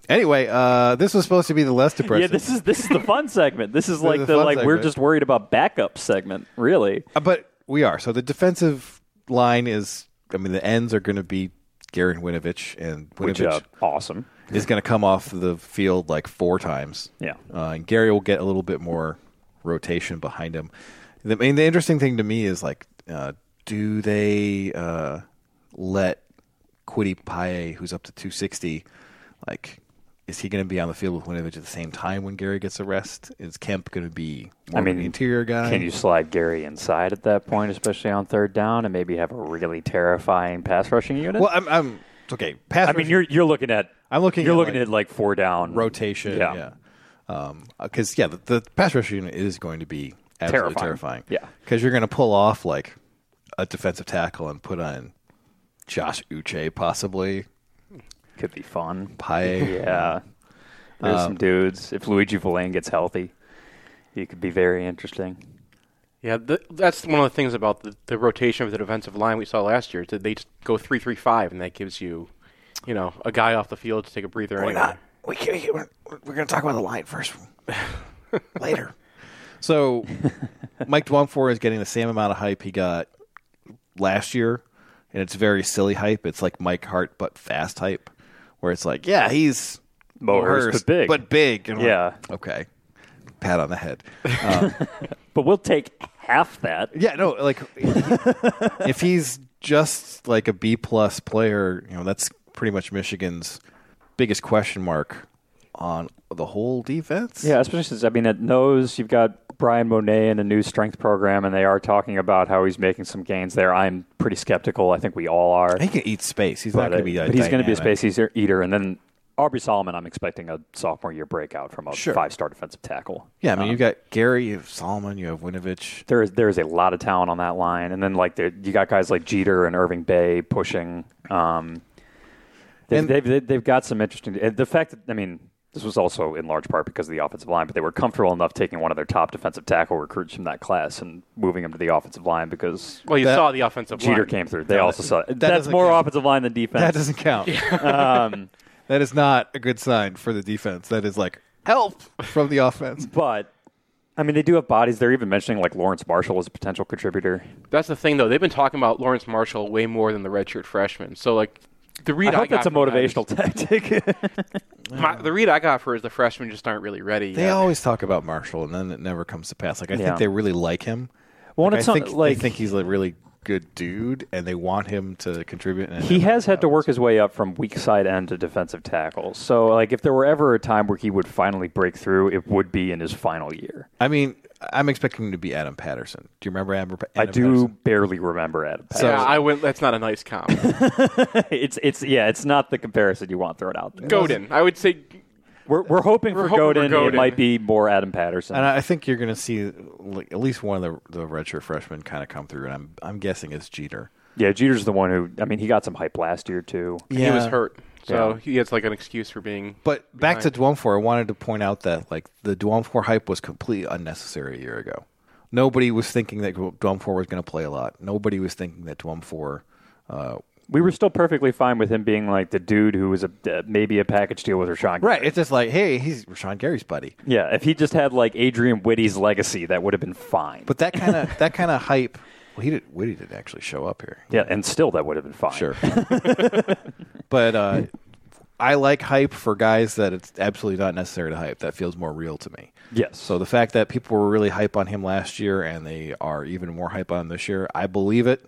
anyway, uh, this was supposed to be the less depressing. Yeah, this is this is the fun segment. This is This like is the, the fun like we're segment. just worried about backup segment, really. Uh, but we are. So the defensive line is. I mean, the ends are going to be Garen Winovich, and Which Winovich uh, awesome. is going to come off the field like four times. Yeah. uh, and Gary will get a little bit more rotation behind him. The, I mean, the interesting thing to me is like, uh, do they uh, let Quiddy Paye, who's up to 260, like, is he going to be on the field with Winovich at the same time when Gary gets a rest? Is Kemp going to be more I of an mean, interior guy? Can you slide Gary inside at that point, especially on third down, and maybe have a really terrifying pass rushing unit? Well, I'm, I'm it's okay. Pass I mean, you're you're looking at I'm looking you're at, looking like, at like four down rotation. Yeah. Yeah. Because, yeah, the, the pass rush unit is going to be absolutely terrifying. Terrifying. Yeah. Because you're going to pull off, like, a defensive tackle and put on Josh Uche, possibly. could be fun. Paye. Yeah, Um, there's some dudes. If Luigi Villain gets healthy, he could be very interesting. Yeah, th that's one of the things about the, the rotation of the defensive line we saw last year. is that They just go three three five, and that gives you, you know, a guy off the field to take a breather. anyway. We can, we're we're going to talk about the line first. Later. So, Mike Dwumfor is getting the same amount of hype he got last year, and it's very silly hype. It's like Mike Hart, but fast hype, where it's like, yeah, he's Mo Hurst, Hurst, but big. But big. And I'm like, Yeah. Um, okay. Pat on the head. But we'll take half that. Yeah, no, like if he's just like a B plus player, you know, that's pretty much Michigan's biggest question mark on the whole defense. Yeah, especially since I mean at Nose you've got Brian Monet in a new strength program, and they are talking about how he's making some gains there. I'm pretty skeptical. I think we all are. He can eat space. He's not But, going uh, to be. but he's going to be a space eater, eater, and then Aubrey Solomon. I'm expecting a sophomore year breakout from a Sure. five-star defensive tackle. Yeah, I mean, you've Um, got Gary, you have Solomon, you have Winovich. there is there is a lot of talent on that line, and then like there, you got guys like Jeter and Irving Bay pushing. Um, they've, And- they've- they've they've got some interesting. and The fact that I mean, this was also in large part because of the offensive line, but they were comfortable enough taking one of their top defensive tackle recruits from that class and moving him to the offensive line because Well, you That- saw the offensive Jeter line. came through. They No, also saw that that's doesn't more count. offensive line than That defense. doesn't count. Um, that is not a good sign for the defense. That is like help from the offense. but I mean, they do have bodies. They're even mentioning like Lawrence Marshall as a potential contributor. That's the thing, though. They've been talking about Lawrence Marshall way more than the redshirt freshman. So, like, the read I I, hope that's a got from that is- motivational tactic. My, the read I got for is the freshmen just aren't really ready. They yet. always talk about Marshall, and then it never comes to pass. Like I Yeah. think they really like him. Well, Like, it's I not- think like- they think he's a really good dude, and they want him to contribute. And he has had to work his way up from weak side end to defensive tackle. So, like, if there were ever a time where he would finally break through, it would be in his final year. I mean, I'm expecting him to be Adam Patterson. Do you remember Adam? I Adam do Patterson? barely remember Adam. So- Yeah, I went. That's not a nice comp. Patterson. it's it's yeah, it's not the comparison you want thrown out there. Godin, I would say. We're, we're hoping We're for hoping for Godin. It Godin. might be more Adam Patterson. And I I think you're going to see like, at least one of the the redshirt freshmen kind of come through, and I'm I'm guessing it's Jeter. yeah, Jeter's the one who. I mean, he got some hype last year too. He was hurt, so Yeah. he has like an excuse for being. But back to Dwumfor, I wanted to point out that like the Dwumfor hype was completely unnecessary a year ago. Nobody was thinking that Dwumfor was going to play a lot. Nobody was thinking that Dwumfor. Uh, We were still perfectly fine with him being like the dude who was a uh, maybe a package deal with Rashawn. right. It's just like, hey, he's Rashawn Gary's buddy. Yeah, if he just had like Adrian Whitty's legacy, that would have been fine. But that kind of that kind of hype. Well, he did. Woody didn't actually show up here. yeah, and still that would have been fine. Sure. but uh, I like hype for guys that it's absolutely not necessary to hype. That feels more real to me. Yes. So the fact that people were really hype on him last year and they are even more hype on him this year, I believe it.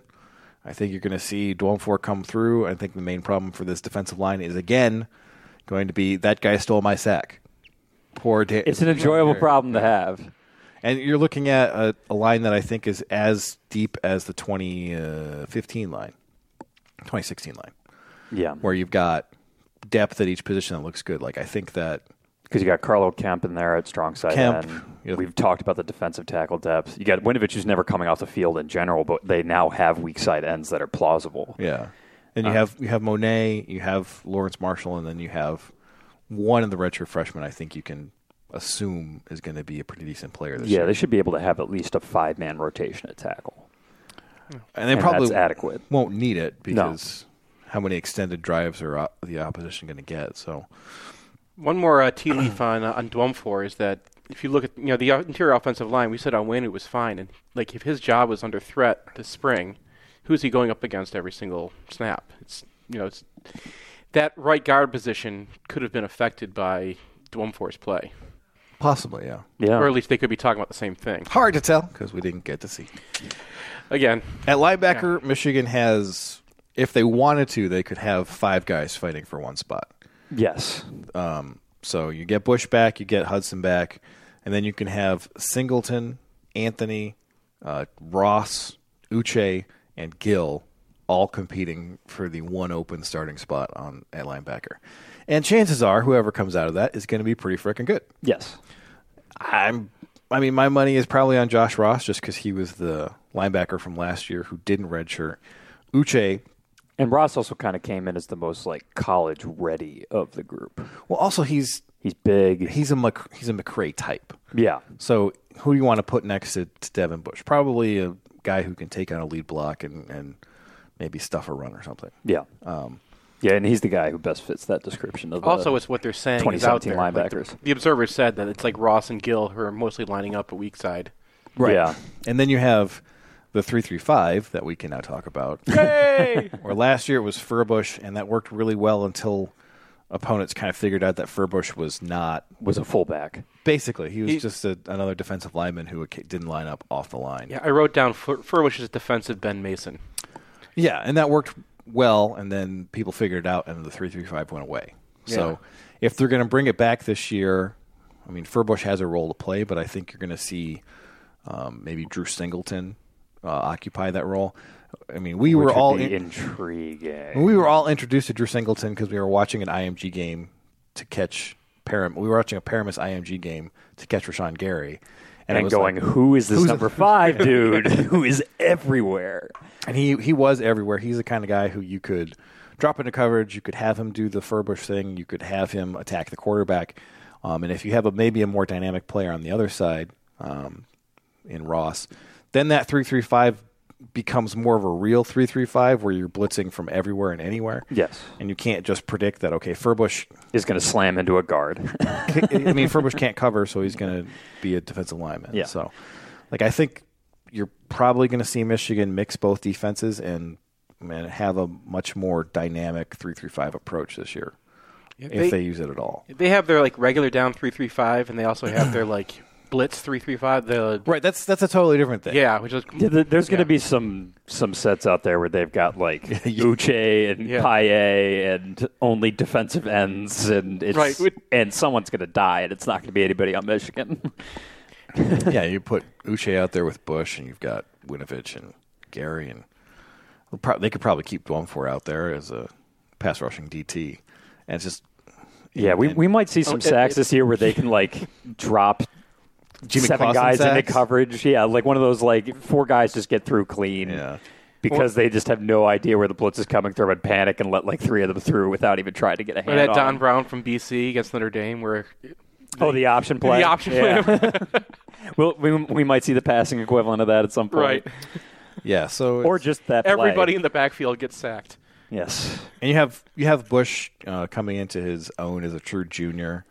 I think you're going to see Dwumfor come through. I think the main problem for this defensive line is again going to be that guy stole my sack. Poor Dan. it's an enjoyable problem to have. And you're looking at a, a line that I think is as deep as the 2015 line, 2016 line Yeah, where you've got depth at each position that looks good. Like I think that because you got Carlo Kemp in there at strong side Kemp, end. yeah. We've talked about the defensive tackle depth. You got Winovich, who's never coming off the field in general, but they now have weak side ends that are plausible. yeah. Uh, And you have you have Monet, you have Lawrence Marshall, and then you have one of the redshirt freshmen. I think you can assume is going to be a pretty decent player this Yeah, year. they should be able to have at least a five man rotation at tackle. and they and probably that's adequate. won't need it because how many extended drives are uh, the opposition going to get? So One more uh, tea leaf on uh, on Dwumfor is that if you look at you know the uh, interior offensive line, we said on Wayne it was fine, and like if his job was under threat this spring, who's he going up against every single snap? It's you know it's that right guard position could have been affected by Dwumfor's play, possibly, yeah. Yeah. or at least they could be talking about the same thing. Hard to tell because we didn't get to see. Again, At linebacker, Michigan has, if they wanted to, they could have five guys fighting for one spot. Um, yes. So you get Bush back, you get Hudson back, and then you can have Singleton, Anthony, uh, Ross, Uche, and Gill all competing for the one open starting spot on at linebacker. And chances are, whoever comes out of that is going to be pretty freaking good. Yes. I'm, I mean, my money is probably on Josh Ross just because he was the linebacker from last year who didn't redshirt. Uche, And Ross also kind of came in as the most like college ready of the group. well, also he's He's big. he's a Mc, he's a McCray type. yeah. So who do you want to put next to, to Devin Bush? Probably a guy who can take on a lead block and, and maybe stuff a run or something. Um, Yeah. yeah, and he's the guy who best fits that description of the also it's what they're saying is out 2017 there. Like, the- linebackers. the, observer said that it's like Ross and Gill who are mostly lining up a weak side. Right. Yeah. And then you have the three three five that we can now talk about. Hey, Where last year it was Furbush, and that worked really well until opponents kind of figured out that Furbush was not. was a fullback. Basically, he was just a, another defensive lineman who ca- didn't line up off the line. yeah, I wrote down Fur- Furbush's defensive Ben Mason. Yeah, and that worked well, and then people figured it out, and the three three five went away. So if they're going to bring it back this year, I mean Furbush has a role to play, but I think you're going to see um, maybe Drew Singleton uh, occupy that role. I mean, we which were would all be in- intriguing. we were all introduced to Drew Singleton because we were watching an IMG game to catch Param. We were watching a Paramus IMG game to catch Rashawn Gary, it and was going, like- who is this number five dude who is everywhere? And he he was everywhere. He's the kind of guy who you could drop into coverage, you could have him do the Furbush thing, you could have him attack the quarterback, um, and if you have a maybe a more dynamic player on the other side um, in Ross, then that three three five becomes more of a real three three five where you're blitzing from everywhere and anywhere. Yes. and you can't just predict that. Okay, Furbush. Is going to slam into a guard. I mean, Furbush can't cover, so he's going to be a defensive lineman. Yeah. So, like, I think you're probably going to see Michigan mix both defenses and and have a much more dynamic three three five approach this year, they- if they use it at all. They have their like regular down three three five, and they also have their like blitz three three five. The Right, that's that's a totally different thing. yeah, which is Yeah, th- there's going yeah. to be some some sets out there where they've got like Uche and Yeah. Paye and only defensive ends, and it's Right, with- and someone's going to die, and it's not going to be anybody on Michigan. yeah. You put Uche out there with Bush, and you've got Winovich and Gary, and they'll prob- they could probably keep Dwumfor out there as a pass rushing DT, and it's just yeah, we, and we might see some Oh, it- sacks it- this year where they can like drop Jimmy seven Clausen guys into sacks. coverage. Yeah, like one of those like four guys just get through clean. Yeah. Because they just have no idea where the blitz is coming through and panic and let like three of them through without even trying to get a or hand that on Don them. Brown from BC against Notre Dame, where Oh, the option play. the option Yeah. play, well, we, we might see the passing equivalent of that at some point. right? yeah. So Or it's- just that play. Everybody in the backfield gets sacked. Yes. and you have you have Bush uh, coming into his own as a true junior.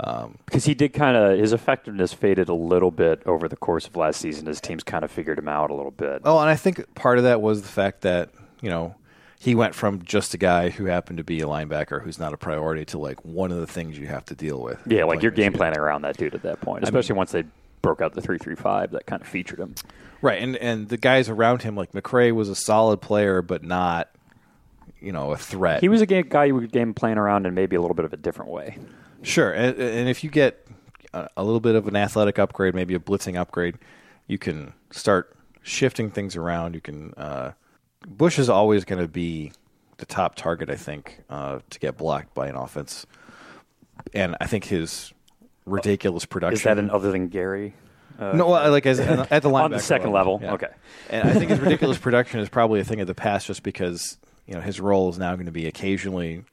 Um, Because he did kind of, his effectiveness faded a little bit over the course of last season. His teams kind of figured him out a little bit. Oh, and I think part of that was the fact that you know he went from just a guy who happened to be a linebacker who's not a priority to like one of the things you have to deal with. yeah, like you're your game planning around that dude at that point, especially once they broke out the 3 3 5 that kind of featured him. right? And and the guys around him, like McRae, was a solid player, but not you know a threat. He was a game, guy you would game plan around in maybe a little bit of a different way. Sure, and, and if you get a, a little bit of an athletic upgrade, maybe a blitzing upgrade, you can start shifting things around. You can uh, Bush is always going to be the top target, I think, uh, to get blocked by an offense, and I think his ridiculous production Is that an other than Gary? Uh, no, well, like as, at the linebacker On the second level, okay. And I think his ridiculous production is probably a thing of the past, just because you know his role is now going to be occasionally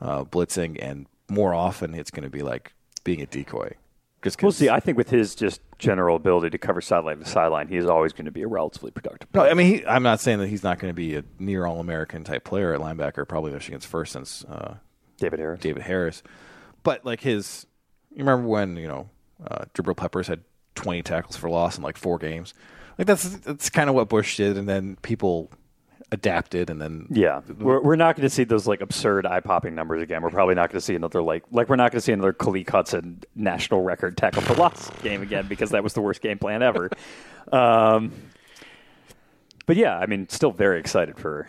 uh, blitzing, and more often it's going to be like being a decoy. Just 'cause- We'll see. I think with his just general ability to cover sideline to sideline, he is always going to be a relatively productive no, I mean, he, I'm not saying that he's not going to be a near All American type player at linebacker. Probably Michigan's first since uh, David Harris. David Harris, but like his, you remember when you know uh, Jabril Peppers had 20 tackles for loss in like four games. Like that's that's kind of what Bush did, and then people adapted, and then Yeah, we're, we're not going to see those like absurd eye popping numbers again. We're probably not going to see another like like we're not going to see another Khalid Hudson national record tackle for loss game again because that was the worst game plan ever. Um, but yeah, I mean, still very excited for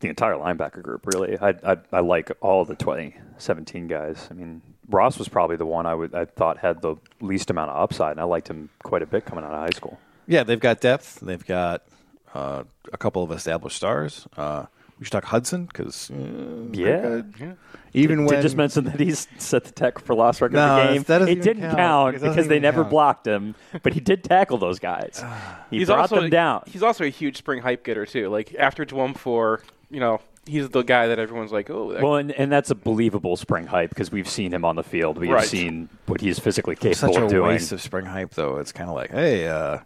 the entire linebacker group. Really, I I, I like all the 2017 guys. I mean, Ross was probably the one I would I thought had the least amount of upside, and I liked him quite a bit coming out of high school. yeah, they've got depth. They've got uh, a couple of established stars. Uh, we should talk Hudson because Yeah. even Did when just mention that he's set the tackle for loss record No, of the game. that doesn't it even didn't count. count, It doesn't because they even never count. blocked him, but he did tackle those guys. He brought them down. He's also a huge spring hype getter too. Like after Dwum for, you know, he's the guy that everyone's like, oh, that- Well, and, and that's a believable spring hype because we've seen him on the field. We've Right. seen what he's physically capable such a of doing. waste of spring hype though. It's kind of like hey, uh,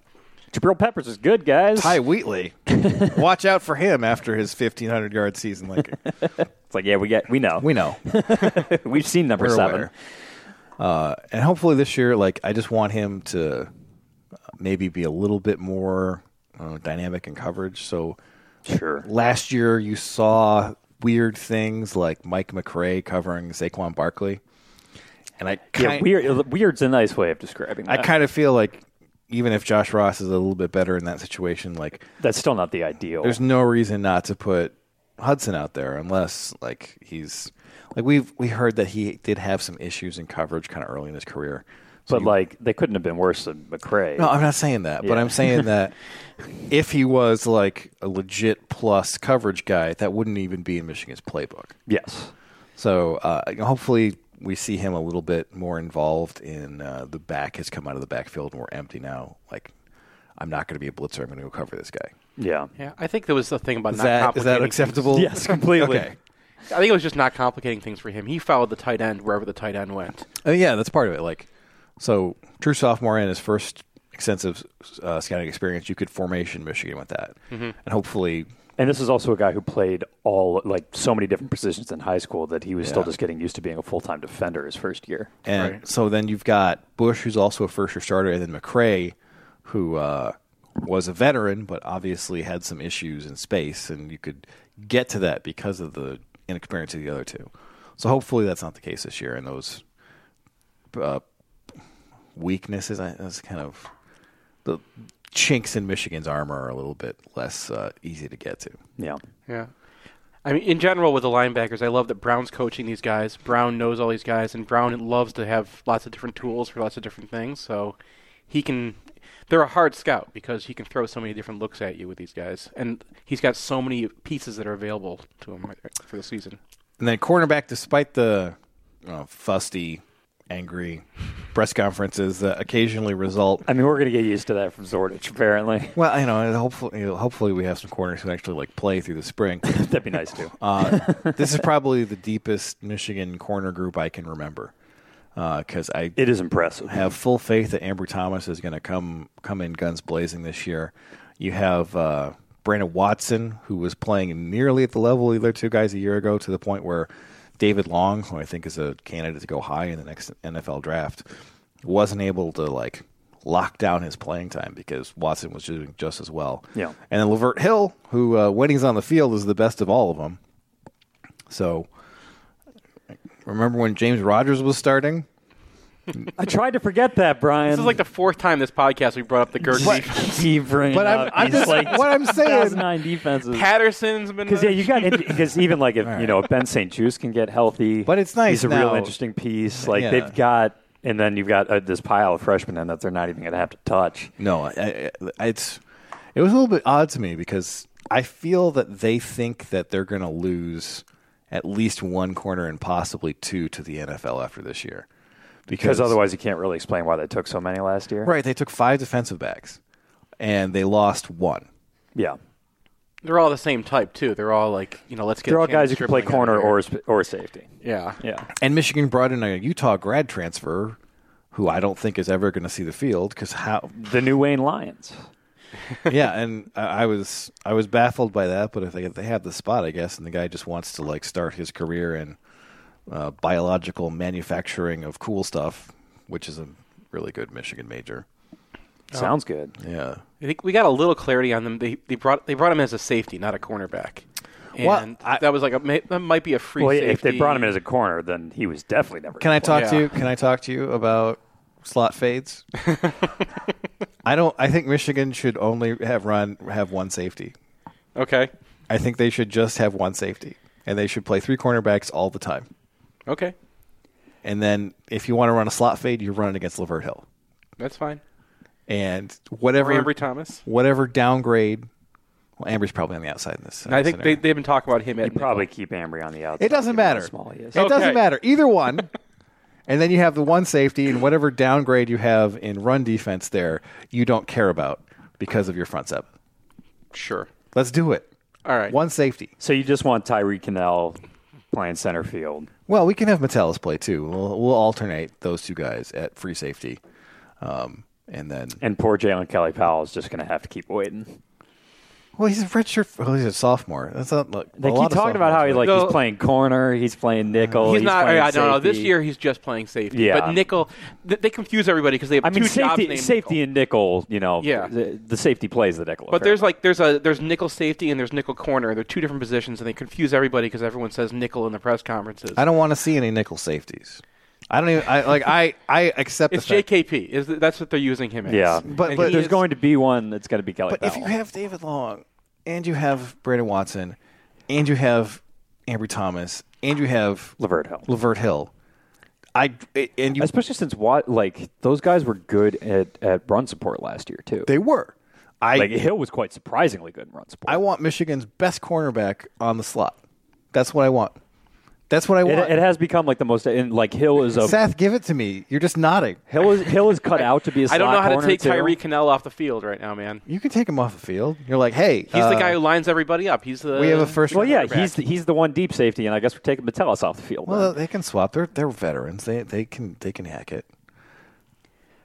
Jabril Peppers is good, guys. Ty Wheatley, watch out for him after his 1500 yard season. Like It's like, yeah, we get, we know, we know. we've seen number We're seven. aware. Uh, and hopefully this year, like I just want him to maybe be a little bit more uh, dynamic in coverage. So Sure, last year you saw weird things like Mike McRae covering Saquon Barkley, and I yeah, kind weird. Weird's a nice way of describing I that. kind of feel like even if Josh Ross is a little bit better in that situation, like that's still not the ideal. there's no reason not to put Hudson out there unless like he's like we've we heard that he did have some issues in coverage kind of early in his career. So but like, they couldn't have been worse than McCray. No, I'm not saying that, but Yeah. I'm saying that if he was like a legit plus coverage guy, that wouldn't even be in Michigan's playbook. yes, So uh, you know, hopefully we see him a little bit more involved in uh, the back has come out of the backfield and we're empty now. Like I'm not going to be a blitzer. I'm going to go cover this guy. yeah, yeah. I think there was the thing about Is not that is that complicating acceptable? yes, completely. Okay. things. I think it was just not complicating things for him. He followed the tight end wherever the tight end went. Uh, yeah, that's part of it. Like, so true sophomore in his first extensive uh, scouting experience, you could formation Michigan with that, Mm-hmm. and hopefully, And this is also a guy who played all like so many different positions in high school that he was still Yeah. just getting used to being a full time defender his first year. and so then you've got Bush, who's also a first year starter, and then McCray, who uh, was a veteran, but obviously had some issues in space, and you could get to that because of the inexperience of the other two. So hopefully that's not the case this year, and those uh, weaknesses, I, that's kind of the chinks in Michigan's armor are a little bit less uh, easy to get to. Yeah. Yeah. I mean, in general, with the linebackers, I love that Brown's coaching these guys. Brown knows all these guys, and Brown loves to have lots of different tools for lots of different things. So he can. They're a hard scout because he can throw so many different looks at you with these guys, and he's got so many pieces that are available to him for the season. And then cornerback, despite the uh, fusty, angry press conferences that occasionally result I mean, we're going to get used to that from Zordich, apparently. Well, you know, and hopefully, you know, hopefully we have some corners who actually like play through the spring. That'd be nice, too. Uh, this is probably the deepest Michigan corner group I can remember because I it is impressive. have full faith that Amber Thomas is going to come come in guns blazing this year. You have uh, Brandon Watson, who was playing nearly at the level of the other two guys a year ago, to the point where David Long, who I think is a candidate to go high in the next NFL draft, wasn't able to like lock down his playing time because Watson was doing just as well. Yeah. and then Lavert Hill, who uh, when he's on the field is the best of all of them. So. Remember when James Rogers was starting? I tried to forget that, Brian. This is like the fourth time this podcast we brought up the Gurg defense. keep bringing But I'm- up I'm these, just- uh, like what I'm saying- 2009 defenses. Patterson's been Because yeah, you got because even like if you know if Ben St. Juice can get healthy, But it's nice He's a now. real interesting piece. Like Yeah. they've got, and then you've got uh, this pile of freshmen in that they're not even going to have to touch. No, I, I, it's it was a little bit odd to me because I feel that they think that they're going to lose at least one corner and possibly two to the NFL after this year, Because otherwise, you can't really explain why they took so many last year. right? They took five defensive backs and they lost one. Yeah, They're all the same type too. They're all like you know, let's get. they're all Cannon guys who can play Stripling out corner of here. or sp- or safety. yeah, Yeah, And Michigan brought in a Utah grad transfer who I don't think is ever going to see the field because how the new Wayne Lions. yeah, and I I was I was baffled by that. But if they if they have the spot, I guess, and the guy just wants to like start his career in uh, biological manufacturing of cool stuff, which is a really good Michigan major. Sounds good. Yeah. I think we got a little clarity on them. They they brought they brought him as a safety, not a cornerback. And Well, I- that was like a ma- that might be a free. Well, yeah, safety. if they brought him in as a corner, then he was definitely never. Can I gonna play. talk to Yeah. you? Can I talk to you about slot fades? I don't. I think Michigan should only have run have one safety. okay, I think they should just have one safety, and they should play three cornerbacks all the time. okay, And then if you want to run a slot fade, you're running against Lavert Hill. that's fine. and whatever Or Ambry Thomas. whatever downgrade. Well, Ambry's probably on the outside in this. uh, And I think they scenario. they've been talking about him. At You probably keep Ambry on the outside. it doesn't given how matter. Small he is. It doesn't Okay. matter either one. and then you have the one safety, and whatever downgrade you have in run defense there, you don't care about because of your front seven. sure. Let's do it. All right. One safety. So you just want Tyree Cannell playing center field. Well, we can have Metellus play too. We'll, we'll alternate those two guys at free safety, um, and then And poor Jalen Kelly Powell is just going to have to keep waiting. well, he's a redshirt. Well, he's a sophomore. That's not like They keep talking about how he like No. he's playing corner, he's playing nickel. He's not. Playing I don't know. safety. This year he's just playing safety. Yeah. But nickel, th- they confuse everybody because they have I mean, two jobs safety, named safety Nickel. and nickel. You know, Yeah. the, the safety plays the nickel. But there's like there's a there's nickel safety and there's nickel corner. They're two different positions, and they confuse everybody because everyone says nickel in the press conferences. I don't want to see any nickel safeties. I don't even. I like. I I accept. It's the fact- JKP. Is th- that's what they're using him as? yeah, But- but, but- there's going to be one that's going to be Kelly But if Powell. you have David Long and you have Brandon Watson and you have Ambry Thomas and you have Lavert Hill. Lavert Hill, I and you especially since what like those guys were good at, at run support last year too. they were. I like Hill was quite surprisingly good in run support. I want Michigan's best cornerback on the slot. That's what I want. That's what I it, want. it has become like the most and like Hill is a Seth, give it to me. You're just nodding. Hill is Hill is cut out to be a I slot don't know how to corner, take too. Tyree Cannell off the field right now, man. You can take him off the field. You're like, hey, He's the uh, guy who lines everybody up. He's the we have a first. Well, yeah, round- he's the, he's the one deep safety, and I guess we're taking Metellus off the field. then. Well, they can swap. They're they're veterans. They they can they can hack it.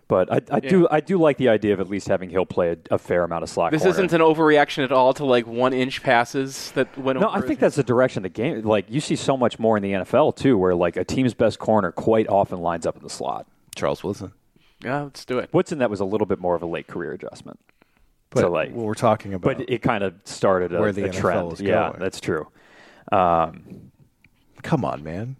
but I, I do I do like the idea of at least having Hill play a, a fair amount of slot. This corner. isn't an overreaction at all to like one inch passes that went. No, over I his think head. that's the direction the game. Like you see so much more in the NFL too, where like a team's best corner quite often lines up in the slot. Charles Wilson. yeah. Let's do it. Woodson, that was a little bit more of a late career adjustment. But so like, what we're talking about. but it kind of started a, Where the a NFL trend. is yeah, going. that's true. Um, come on, man.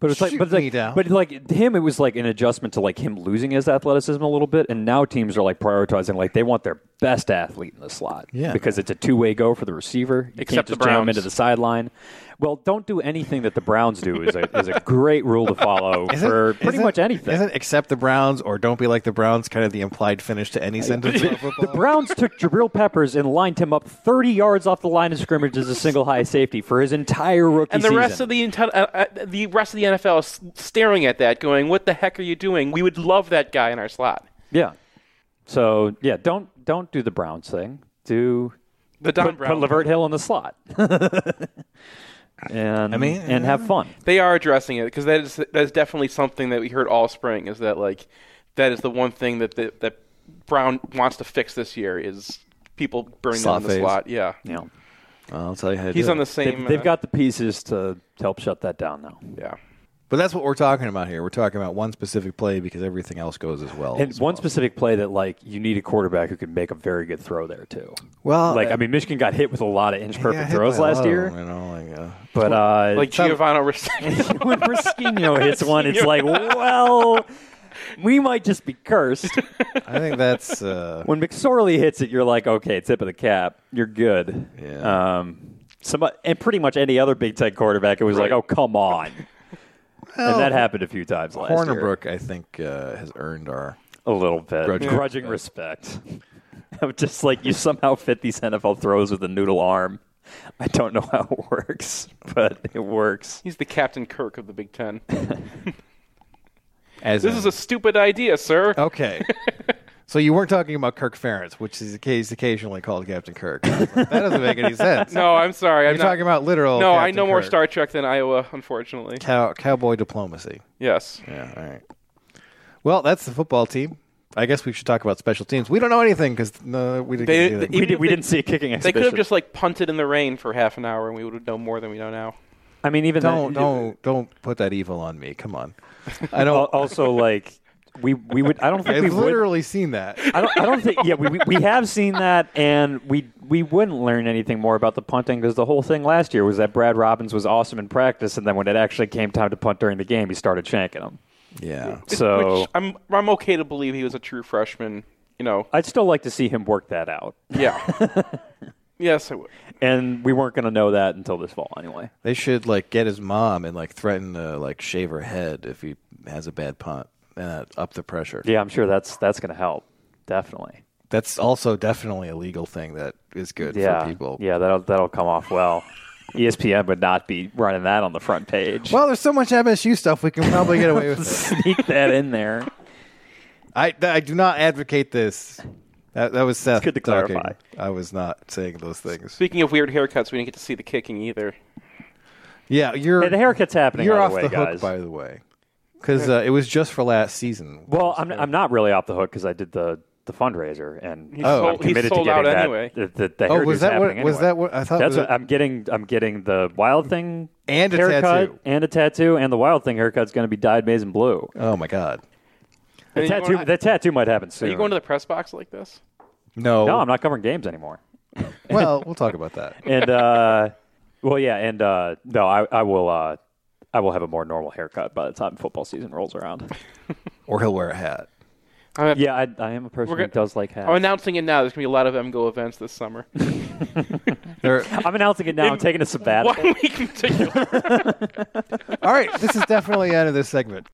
But it's like, but it's Shoot me like, down. but like him, it was like an adjustment to like him losing his athleticism a little bit, and now teams are like prioritizing like they want their best athlete in the slot, Yeah. because it's a two way go for the receiver. You can't Except just the jam him Browns. into the sideline. Well, don't do anything that the Browns do is a, is a great rule to follow for pretty much anything. Isn't except the Browns or don't be like the Browns kind of the implied finish to any sentence about football? The Browns took Jabril Peppers and lined him up 30 yards off the line of scrimmage as a single high safety for his entire rookie and the rest season. of the intel- uh, uh, the rest of the NFL is staring at that, going, "What the heck are you doing? We would love that guy in our slot." yeah. So yeah, don't don't do the Browns thing. Do The Don put, put Brown. Lavert Hill in the slot. and I mean, and have fun. they are addressing it because that is that is definitely something that we heard all spring. Is that like that is the one thing that the, that Brown wants to fix this year is people burning Slot on the phase. slot. Yeah, You know, I'll tell you how to he's do on it. the they've, same. they've uh, got the pieces to help shut that down now. yeah. But that's what we're talking about here. We're talking about one specific play because everything else goes as well. And one specific play that like you need a quarterback who can make a very good throw there too. well, Like uh, I mean, Michigan got hit with a lot of inch yeah, perfect hit throws by a last lot of year, them, you know, like, uh, but uh, Like Giovanni Rossi. when Rusquino hits one, it's like, well, we might just be cursed. I think that's uh, when McSorley hits it, you're like, okay, tip of the cap, you're good. Yeah. Um, some and pretty much any other Big Ten quarterback, it was like, oh come on, and that happened a few times last year. Hornibrook. I think uh, has earned our. A little bit, Grudging grudging, respect. I'm just like you somehow fit these NFL throws with a noodle arm. I don't know how it works, but it works. He's the Captain Kirk of the Big Ten. As This in- is a stupid idea, sir. Okay. so you weren't talking about Kirk Ferentz, which is he's occasionally called Captain Kirk. I was like, that doesn't make any sense. No, I'm sorry. I'm You're not- talking about literal. No, I Captain know more Kirk. Star Trek than Iowa, unfortunately. Cow- cowboy diplomacy. Yes. Yeah. All right. Well, that's the football team. I guess we should talk about special teams. We don't know anything because no, we didn't. They- get to do that. they- We, did, if we they- didn't see a kicking They exhibition. could have just like punted in the rain for half an hour, and we would have known more than we know now. I mean, even don't the- don't don't put that evil on me. Come on. I Al- don't. also like we we would I don't think I've we would literally seen that. I don't I don't think yeah we, we we have seen that and we we wouldn't learn anything more about the punting because the whole thing last year was that Brad Robbins was awesome in practice and then when it actually came time to punt during the game he started shanking them. Yeah. So Which I'm I'm okay to believe he was a true freshman. You know. I'd still like to see him work that out. Yeah. yes, I would. And we weren't going to know that until this fall anyway. They should like get his mom and like threaten to like shave her head if he has a bad punt and uh, up the pressure. Yeah, I'm sure that's that's going to help. Definitely. That's also definitely a legal thing that is good Yeah. for people. Yeah, that'll that'll come off well. E ESPN would not be running that on the front page. Well, there's so much MSU stuff we can probably get away with. it. Sneak that in there. I I do not advocate this. That, that was Seth. good to talking. clarify. I was not saying those things. Speaking of weird haircuts, we didn't get to see the kicking either. Yeah, you're Hey, the haircut's happening. you're by off the, way, the hook guys. by the way, because uh, it was just for last season. Well, I'm, I'm not really off the hook because I did the, the fundraiser and He's Oh. I'm sold, he's committed to sold getting out that. anyway. The, the, the Oh, hairdo's was that what? happening Was anyway. that what I thought? That's was what it- I'm getting. I'm getting the wild thing And a haircut tattoo. and a tattoo, and the wild thing haircut's going to be dyed maize and blue. oh my god! The you tattoo, going- the tattoo might happen Are soon. you going to the press box like this? No, no, I'm not covering games anymore. Well, we'll talk about that. And uh, well, yeah, and uh, no, I, I will. Uh, I will have a more normal haircut by the time football season rolls around. Or he'll wear a hat. I'm, yeah, I, I am a person We're Oh, who go- does like hats. I'm announcing it now. There's gonna be a lot of MGO events this summer. There- I'm announcing it now. I'm In- taking a sabbatical. One week in particular. all right, this is definitely the end of this segment.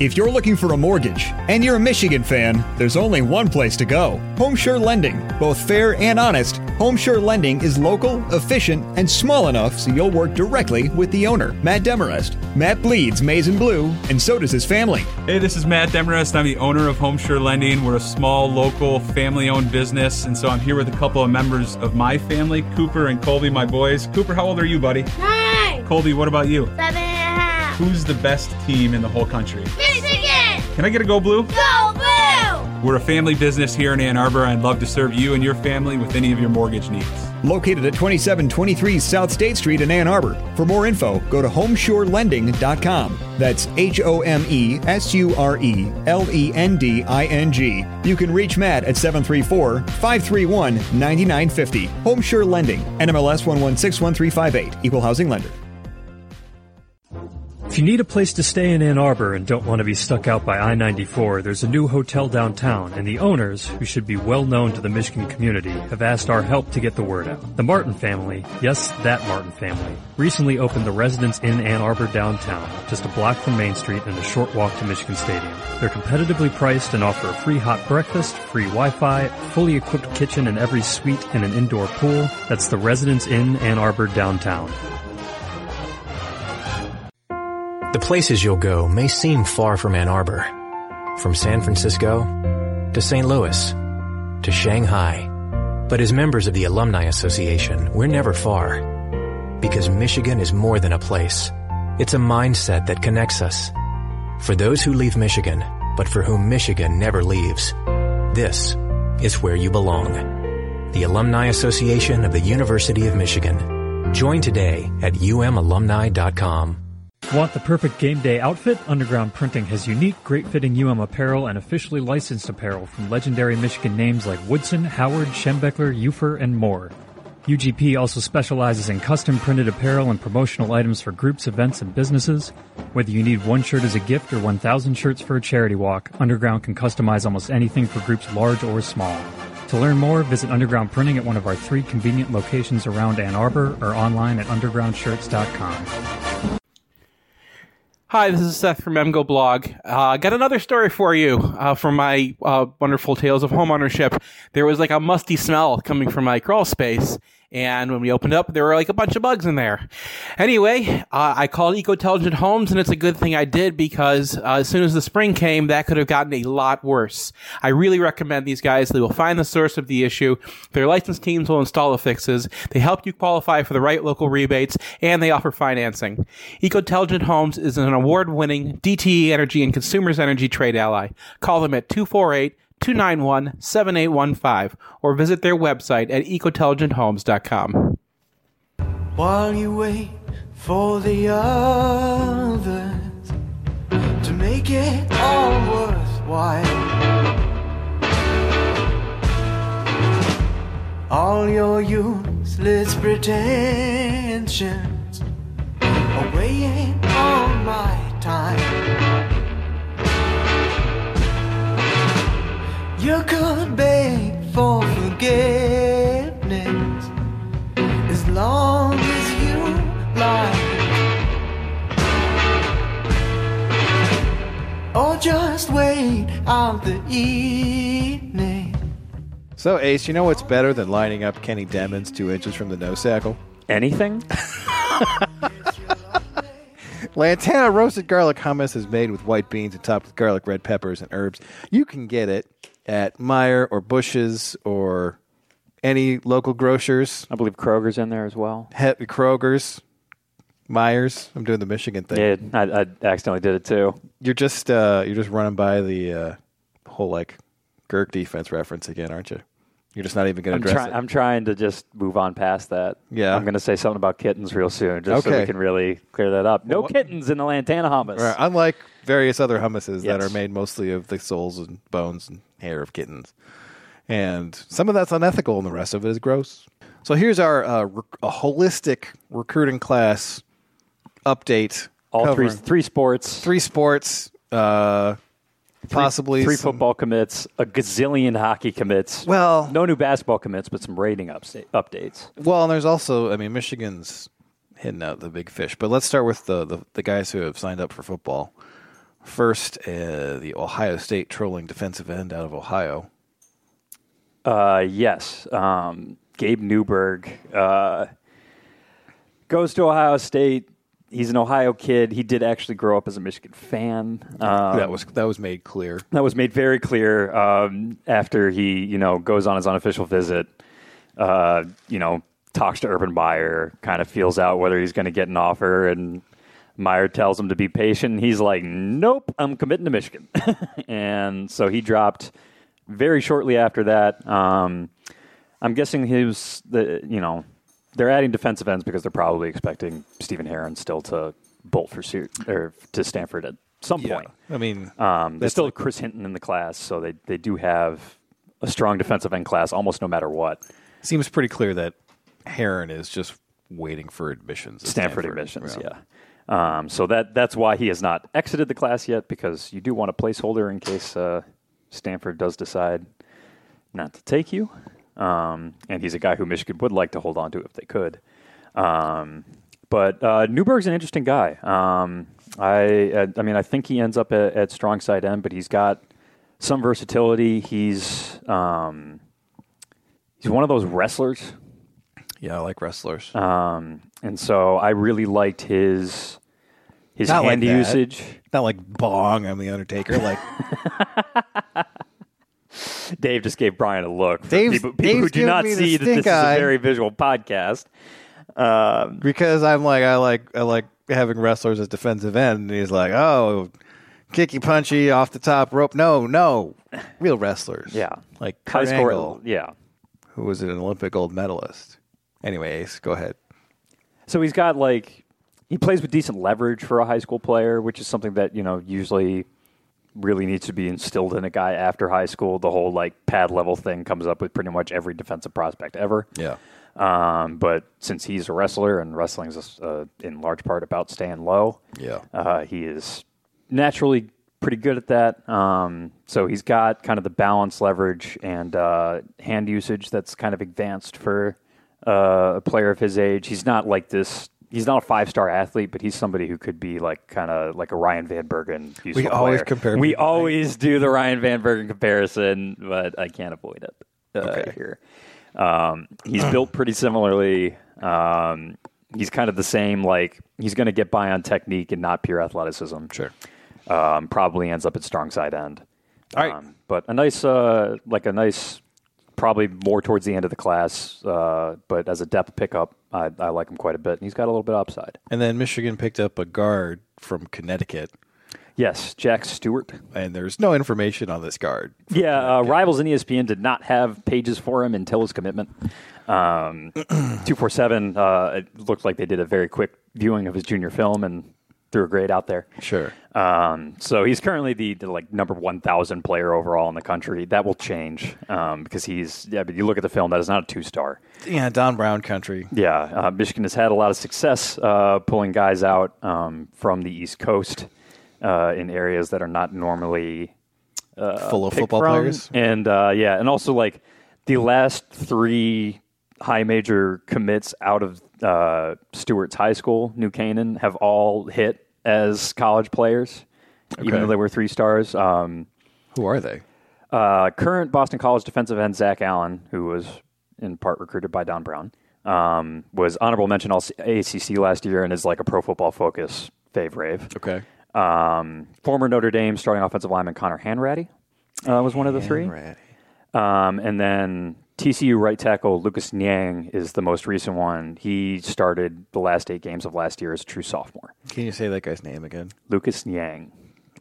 If you're looking for a mortgage and you're a Michigan fan, there's only one place to go Homesure Lending. Both fair and honest, Homesure Lending is local, efficient, and small enough so you'll work directly with the owner, Matt Demarest. Matt bleeds maize and blue, and so does his family. Hey, this is Matt Demarest. I'm the owner of Homeshore Lending. We're a small, local, family owned business. And so I'm here with a couple of members of my family, Cooper and Colby, my boys. Cooper, how old are you, buddy? Nine, Colby, what about you? seven and a half. Who's the best team in the whole country? Michigan, Can I get a go blue? go blue! We're a family business here in Ann Arbor. I'd love to serve you and your family with any of your mortgage needs. located at 2723 South State Street in Ann Arbor. For more info, go to homeshorelending.com. That's H O M E S U R E L E N D I N G. You can reach Matt at 734 531 9950. Homeshore Lending, NMLS 1161358, Equal Housing Lender. If you need a place to stay in Ann Arbor and don't want to be stuck out by I 94, there's a new hotel downtown, and the owners, who should be well known to the Michigan community, have asked our help to get the word out. The Martin family, yes, that Martin family, recently opened the Residence Inn Ann Arbor downtown, just a block from Main Street and a short walk to Michigan Stadium. They're competitively priced and offer a free hot breakfast, free Wi Fi, fully equipped kitchen in every suite, and an indoor pool. That's the Residence Inn Ann Arbor downtown. The places you'll go may seem far from Ann Arbor. From San Francisco to St. Louis to Shanghai. But as members of the Alumni Association, we're never far. Because Michigan is more than a place. It's a mindset that connects us. For those who leave Michigan, but for whom Michigan never leaves, this is where you belong. The Alumni Association of the University of Michigan. Join today at umalumni.com. Want the perfect game day outfit? Underground Printing has unique, great fitting UM apparel and officially licensed apparel from legendary Michigan names like Woodson, Howard, Schembeckler, Ufer, and more. UGP also specializes in custom printed apparel and promotional items for groups, events, and businesses. Whether you need one shirt as a gift or 1,000 shirts for a charity walk, Underground can customize almost anything for groups large or small. To learn more, visit Underground Printing at one of our three convenient locations around Ann Arbor or online at undergroundshirts.com. Hi, this is Seth from MGO Blog. Uh, got another story for you uh, from my uh, wonderful tales of homeownership. There was like a musty smell coming from my crawl space, and when we opened up, there were like a bunch of bugs in there. Anyway, uh, I called EcoTelligent Homes, and it's a good thing I did because uh, as soon as the spring came, that could have gotten a lot worse. I really recommend these guys. They will find the source of the issue. Their licensed teams will install the fixes. They help you qualify for the right local rebates, and they offer financing. EcoTelligent Homes is an award-winning DTE Energy and Consumers Energy trade ally. Call them at 248 291 7815 or visit their website at ecotelligenthomes.com. While you wait for the others to make it all worthwhile. All your useless pretensions are weighing on my time. You could beg for forgiveness as long as you like. Or just wait out the evening. So, Ace, you know what's better than lining up Kenny Demons two inches from the nose tackle? Anything? Lantana roasted garlic hummus is made with white beans and topped with garlic, red peppers, and herbs. You can get it at Meyer or Bush's or any local grocers. I believe Kroger's in there as well. He- Kroger's, Myers. I'm doing the Michigan thing. Yeah, I, I accidentally did it too. You're just uh, you're just running by the uh, whole like Girk defense reference again, aren't you? You're just not even going I'm, to address try- it. I'm trying to just move on past that. Yeah. I'm going to say something about kittens real soon, just so Okay. we can really clear that up. No Well, what- kittens in the Lantana hummus. Right, Unlike various other hummuses that Yes. are made mostly of the soles and bones and hair of kittens. And some of that's unethical and the rest of it is gross. So here's our uh, rec- a holistic recruiting class update. All three, covering three sports, three sports, uh, possibly three some- football commits, a gazillion hockey commits. Well- no new basketball commits, but some rating upsta- updates. Well, and there's also, I mean, Michigan's hitting out the big fish. But let's start with the the, the guys who have signed up for football. First, uh, the Ohio State trolling defensive end out of Ohio. Uh, yes, um, Gabe Newberg uh, goes to Ohio State. He's an Ohio kid. He did actually grow up as a Michigan fan. Um, that was that was made clear. that was made very clear um, after he, you know, goes on his unofficial visit. Uh, you know, talks to Urban Meyer, kind of feels out whether he's going to get an offer, and Meyer tells him to be patient. He's like, "Nope, I'm committing to Michigan," and so he dropped very shortly after that. Um, I'm guessing he was the you know they're adding defensive ends because they're probably expecting Stephen Heron still to bolt for suit or to Stanford at some Yeah. point. I mean, um, there's that's still like- Chris Hinton in the class, so they they do have a strong defensive end class almost no matter what. Seems pretty clear that Heron is just waiting for admissions. at Stanford, admissions, yeah. Um, so that that's why he has not exited the class yet because you do want a placeholder in case uh, Stanford does decide not to take you. Um, and he's a guy who Michigan would like to hold on to if they could. Um, but uh, Newberg's an interesting guy. Um, I, I I mean I think he ends up at, at strong side end, but he's got some versatility. He's um, he's one of those wrestlers Yeah, I like wrestlers. um, and so I really liked his his Not hand like that. usage. Not like bong. I'm the Undertaker. Like Dave just gave Brian a look. For Dave's- people people who Dave's do not giving me the see that this stink is eye. a very visual podcast. Um, because I'm like I like I like having wrestlers as defensive end, and he's like, oh, kicky punchy off the top rope. No, no, real wrestlers. Yeah, like High Kurt score- Angle, yeah. who was an Olympic gold medalist. Anyway, Ace, go ahead. So he's got like he plays with decent leverage for a high school player, which is something that you know usually really needs to be instilled in a guy after high school. The whole like pad level thing comes up with pretty much every defensive prospect ever. Yeah. Um, but since he's a wrestler and wrestling is uh, in large part about staying low, Yeah. uh, he is naturally pretty good at that. Um, so he's got kind of the balance leverage and uh, hand usage that's kind of advanced for uh, a player of his age. He's not like this. He's not a five-star athlete, but he's somebody who could be like kind of like a Ryan Van Bergen. useful We always player. compare We people, right? always do the Ryan Van Bergen comparison, but I can't avoid it uh, here. Um, he's built pretty similarly. Um, he's kind of the same. Like he's going to get by on technique and not pure athleticism. Sure. Um, probably ends up at strong side end. All right. Um, but a nice, uh, like a nice, probably more towards the end of the class. Uh, but as a depth pickup, I, I like him quite a bit, and he's got a little bit of upside. And then Michigan picked up a guard from Connecticut. Yes, Jack Stewart. And there's no information on this guard. Yeah, uh, Rivals and ESPN did not have pages for him until his commitment. Um, 247, uh, it looked like they did a very quick viewing of his junior film and threw a grade out there. Sure. Um, so he's currently the, the like number 1,000 player overall in the country. That will change um, because he's, yeah, but you look at the film, that is not a two star. Yeah, Don Brown country. Yeah, uh, Michigan has had a lot of success uh, pulling guys out um, from the East Coast uh, in areas that are not normally uh, Full of picked football from. players? and uh, yeah, and also like the last three high major commits out of uh, Stewart's high school, New Canaan, have all hit as college players, even Okay. though they were three stars. Um, Who are they? uh, current Boston College defensive end Zach Allen, who was in part recruited by Don Brown, um, was honorable mention all ACC last year and is like a pro football focus fave rave. Okay. Um, former Notre Dame starting offensive lineman Connor Hanratty uh, was one of the three. Um, and then TCU right tackle Lucas Niang is the most recent one. He started the last eight games of last year as a true sophomore. Can you say that guy's name again? Lucas Niang.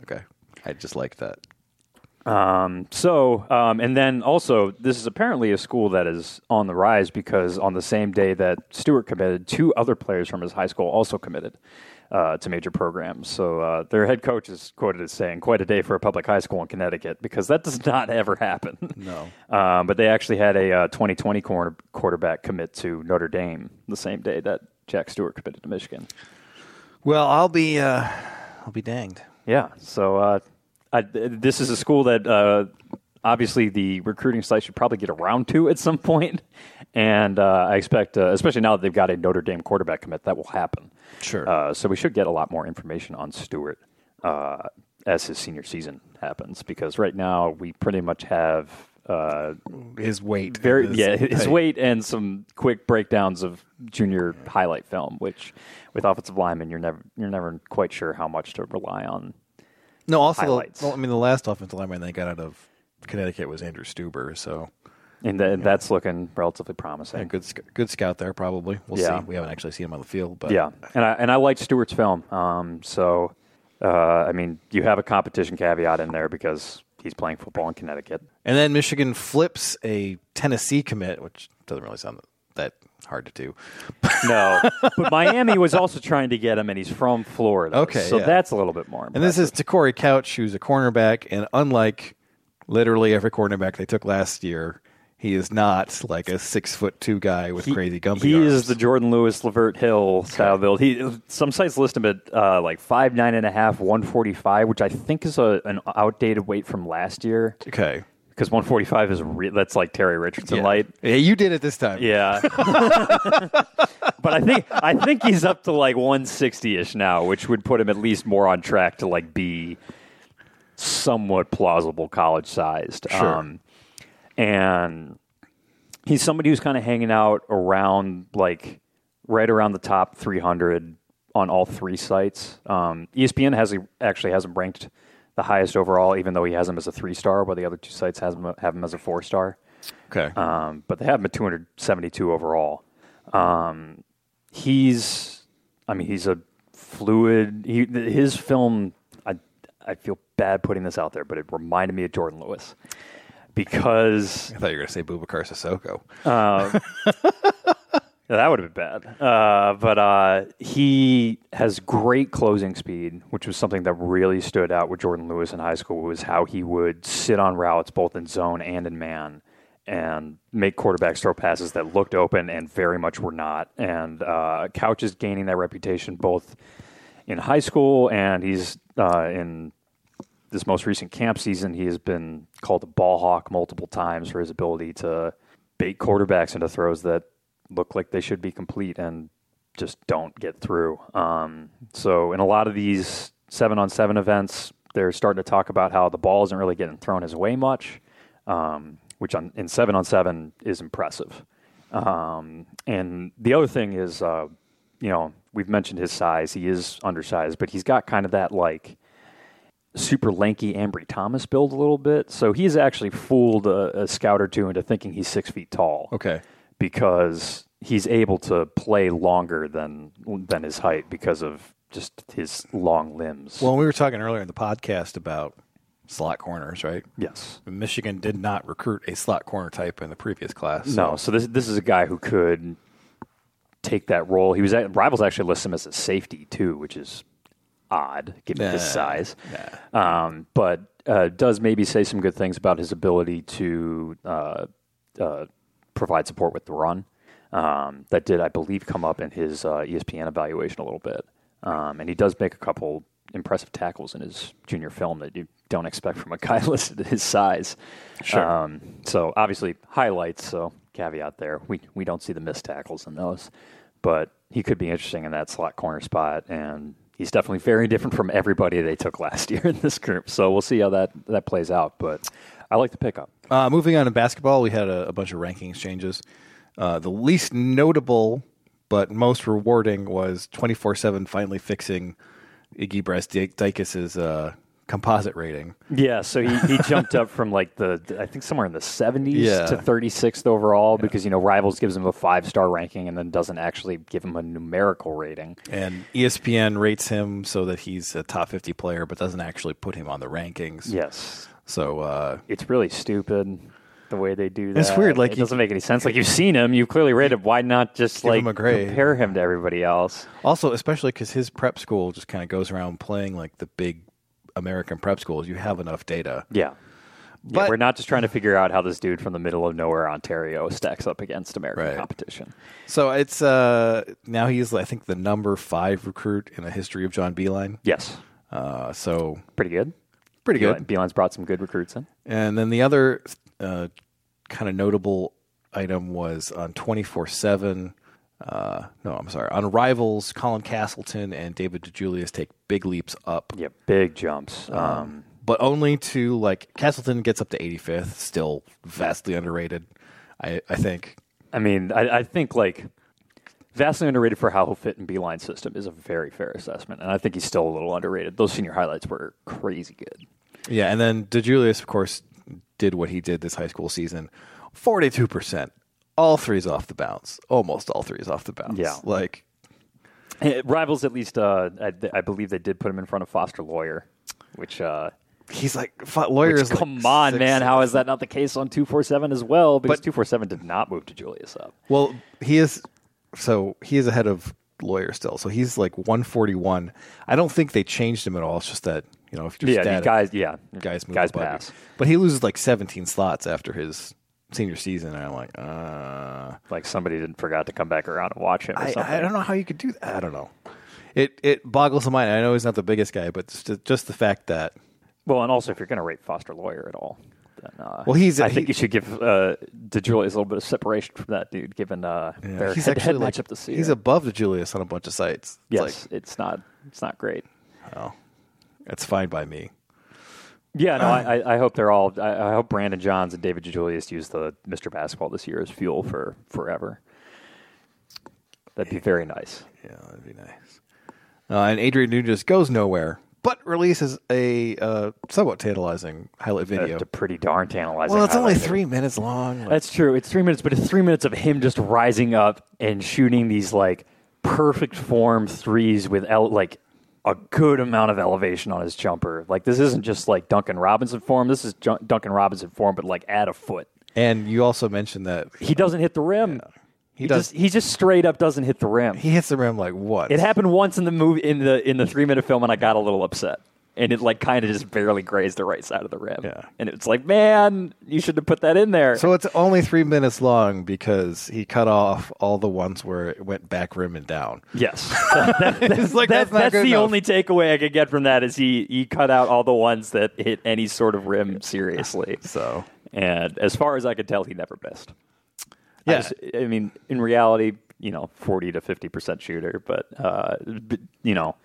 Okay. I just like that. Um, so, um, and then also, this is apparently a school that is on the rise because on the same day that Stewart committed, two other players from his high school also committed uh, to major programs. So uh, their head coach is quoted as saying, "Quite a day for a public high school in Connecticut," because that does not ever happen. No. Um, but they actually had a uh, 2020 corner quarterback commit to Notre Dame the same day that Jack Stewart committed to Michigan. Well, I'll be uh I'll be danged. Yeah. So uh, I, th- this is a school that uh, obviously the recruiting site should probably get around to at some point. And uh, I expect, uh, especially now that they've got a Notre Dame quarterback commit, that will happen. Sure. Uh, so we should get a lot more information on Stewart uh, as his senior season happens, because right now we pretty much have uh, his weight. Very, His yeah, his height. weight and some quick breakdowns of junior highlight film, which with offensive linemen you're never you're never quite sure how much to rely on No, also the- highlights. well, I mean the last offensive lineman they got out of Connecticut was Andrew Stuber, so And, that that's looking relatively promising. a good sc- good scout there probably. We'll Yeah. see. We haven't actually seen him on the field, but yeah, and I and I liked Stewart's film. Um, so uh, I mean, you have a competition caveat in there because he's playing football in Connecticut. And then Michigan flips a Tennessee commit, which doesn't really sound that hard to do. No, but Miami was also trying to get him, and he's from Florida. Okay, so yeah. that's a little bit more. And this is Takori Couch, who's a cornerback, and unlike literally every cornerback they took last year, he is not like a six foot two guy with crazy gumpy He arms. is the Jordan Lewis Lavert Hill style build. He some sites list him at uh, like five nine and a half, one forty five, which I think is a, an outdated weight from last year. Okay, because one forty five is re- that's like Terry Richardson Yeah. light. Yeah, you did it this time. Yeah, but I think I think he's up to like one sixty ish now, which would put him at least more on track to like be somewhat plausible college sized. Sure. and he's somebody who's kind of hanging out around like right around the top 300 on all three sites. Um, ESPN has actually has him ranked the highest overall, even though he has him as a three star, while the other two sites has him, have him as a four star. Okay, um, but they have him at 272 overall. Um, he's, I mean, he's a fluid. He th- his film. I I feel bad putting this out there, but it reminded me of Jordan Lewis because I thought you were going to say Bubakar Sissoko. Uh, yeah, that would have been bad. Uh, but uh, he has great closing speed, which was something that really stood out with Jordan Lewis in high school. Was how he would sit on routes both in zone and in man, and make quarterbacks throw passes that looked open and very much were not. And uh, Couch is gaining that reputation both in high school and he's uh, in this most recent camp season, he has been called a ball hawk multiple times for his ability to bait quarterbacks into throws that look like they should be complete and just don't get through. Um, so, in a lot of these seven on seven events, they're starting to talk about how the ball isn't really getting thrown his way much, um, which on, in seven on seven is impressive. Um, and the other thing is, uh, you know, we've mentioned his size. He is undersized, but he's got kind of that like super lanky Ambry Thomas build a little bit. So he's actually fooled a, a scout or two into thinking he's six feet tall. Okay. Because he's able to play longer than than his height because of just his long limbs. Well, we were talking earlier in the podcast about slot corners, right? Yes. Michigan did not recruit a slot corner type in the previous class. No, so this this is a guy who could take that role. He was at, rivals actually lists him as a safety too, which is odd given his Nah, size. Um, but uh, does maybe say some good things about his ability to uh, uh, provide support with the run. Um, that did, I believe, come up in his uh, ESPN evaluation a little bit. Um, and he does make a couple impressive tackles in his junior film that you don't expect from a guy listed at his size. Sure. Um, so obviously highlights. So caveat there, we we don't see the missed tackles in those, but he could be interesting in that slot corner spot, and he's definitely very different from everybody they took last year in this group. So we'll see how that that plays out. But I like the pickup. Uh, moving on to basketball, we had a, a bunch of rankings changes. Uh, the least notable but most rewarding was 24 7 finally fixing Iggy Brasdikis' uh, composite rating. Yeah, so he, he jumped up from like the I think somewhere in the 70s Yeah. to 36th overall because you know Rivals gives him a five star ranking and then doesn't actually give him a numerical rating. And E ESPN rates him so that he's a top 50 player, but doesn't actually put him on the rankings. Yes. So uh, it's really stupid the way they do that. It's weird, like it you- doesn't make any sense. Like you've seen him, you've clearly rated. him. Why not just Give like him a grade. compare him to everybody else? Also, especially because his prep school just kind of goes around playing like the big American prep schools. You have enough data. Yeah. But we're not just trying to figure out how this dude from the middle of nowhere Ontario stacks up against American competition. So it's uh now he's I think the number five recruit in the history of John Beeline. Yes. Uh, so pretty good. Pretty good. Beeline's brought some good recruits in. And then the other uh, kind of notable item was on 24 7. Uh, no, I'm sorry. On Rivals, Colin Castleton and David DeJulius take big leaps up. Yeah, big jumps. Um, but only to, like, Castleton gets up to 85th, still vastly underrated, I, I think. I mean, I, I think like vastly underrated for how he'll fit in Beeline's system is a very fair assessment, and I think he's still a little underrated. Those senior highlights were crazy good. Yeah, and then DeJulius, of course, did what he did this high school season 42%. All threes off the bounce. Almost all threes off the bounce. Yeah. Like, Eh, Rivals, at least, uh, I, I believe they did put him in front of Foster Lawyer, which uh, he's like f- lawyers. Which, come on, man. How is that not the case on 247 as well? Because 247 did not move to Julia Sub. Well, he is. So he is ahead of lawyer still. So he's like 141. I don't think they changed him at all. It's just that you know if you just Yeah, add you it, guys- yeah. guys move Guys above you. pass. But he loses like 17 slots after his senior season. And I'm like, uh, like somebody didn't forgot to come back around and watch him. Or I, something. I don't know how you could do that. I don't know. It it boggles the mind. I know he's not the biggest guy, but just, just the fact that Well, and also if you're going to rate Foster Lawyer at all, then uh, Well, he's- I he- think you should give uh, DeJulius a little bit of separation from that dude, given uh, their he's head, actually head like matchup this year. he's above the Julius on a bunch of sites. It's yes, it's not it's not great. Oh, that's fine by me. Yeah, no, I, I- I hope they're all. I, I hope Brandon Johns and David DeJulius use the Mr. Basketball this year as fuel for forever. That'd be very nice. Yeah, that'd be nice. Uh, and Adrian Nunez goes nowhere, but releases a uh, somewhat tantalizing highlight video. a pretty darn tantalizing. Well, it's only highlight. three minutes long. Like, That's true. It's three minutes, but it's three minutes of him just rising up and shooting these like perfect form threes with ele- like a good amount of elevation on his jumper. Like this isn't just like Duncan Robinson form. This is Ju- Duncan Robinson form, but like at a foot. and you also mentioned that He doesn't hit the rim. He, does- just he just straight up doesn't hit the rim. he hits the rim like what? It happened once in the movie in the in the three minute film, and I got a little upset. And it like kind of just barely grazed the right side of the rim. Yeah. And it's like, man, you should have put that in there. So it's only three minutes long because he cut off all the ones where it went back rim and down. Yes, That- that's, that's- that's not that's good the enough. only takeaway I could get from that is he he cut out all the ones that hit any sort of rim seriously. So, and as far as I could tell, he never missed. I Yeah. just- I, mean, in reality, you know, forty to fifty percent shooter, but uh, b- you know,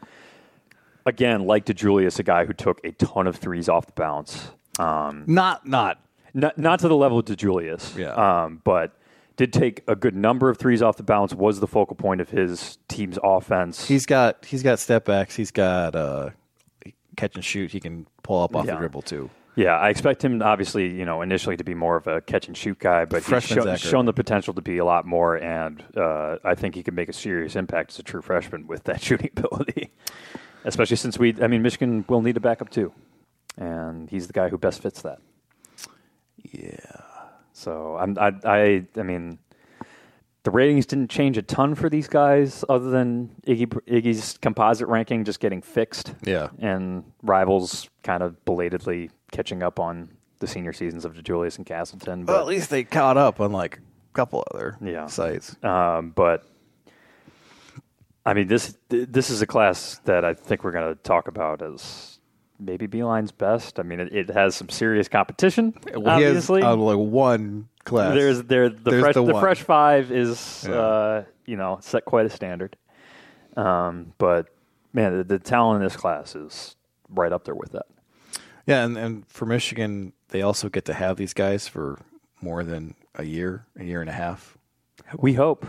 again, like to Julius, a guy who took a ton of threes off the bounce. Um, Not not not not to the level of DeJulius. Yeah. Um, but did take a good number of threes off the bounce. Was the focal point of his team's offense. He's got he's got step backs. He's got uh, catch and shoot. He can pull up off Yeah. the dribble too. Yeah, I expect him obviously, you know, initially to be more of a catch and shoot guy, but he's Freshman show, Zach he's shown the potential to be a lot more, and uh, I think he can make a serious impact as a true freshman with that shooting ability. Especially since we, I mean, Michigan will need a backup too, and he's the guy who best fits that. Yeah. So I'm, I, I, I mean, the ratings didn't change a ton for these guys, other than Iggy, Iggy's composite ranking just getting fixed. Yeah. and rivals kind of belatedly catching up on the senior seasons of Julius and Castleton. But Well, at least they caught up on like a couple other yeah. sites. Um, but I mean this th- this is a class that I think we're going to talk about as maybe Beeline's best. I mean, it, it has some serious competition. Well, he has, obviously, uh, like one class. There's there the There's fresh the the, one. fresh five is Yeah. uh, you know set quite a standard. Um, but man, the, the talent in this class is right up there with that. Yeah, and, and for Michigan, they also get to have these guys for more than a year, a year and a half. We hope.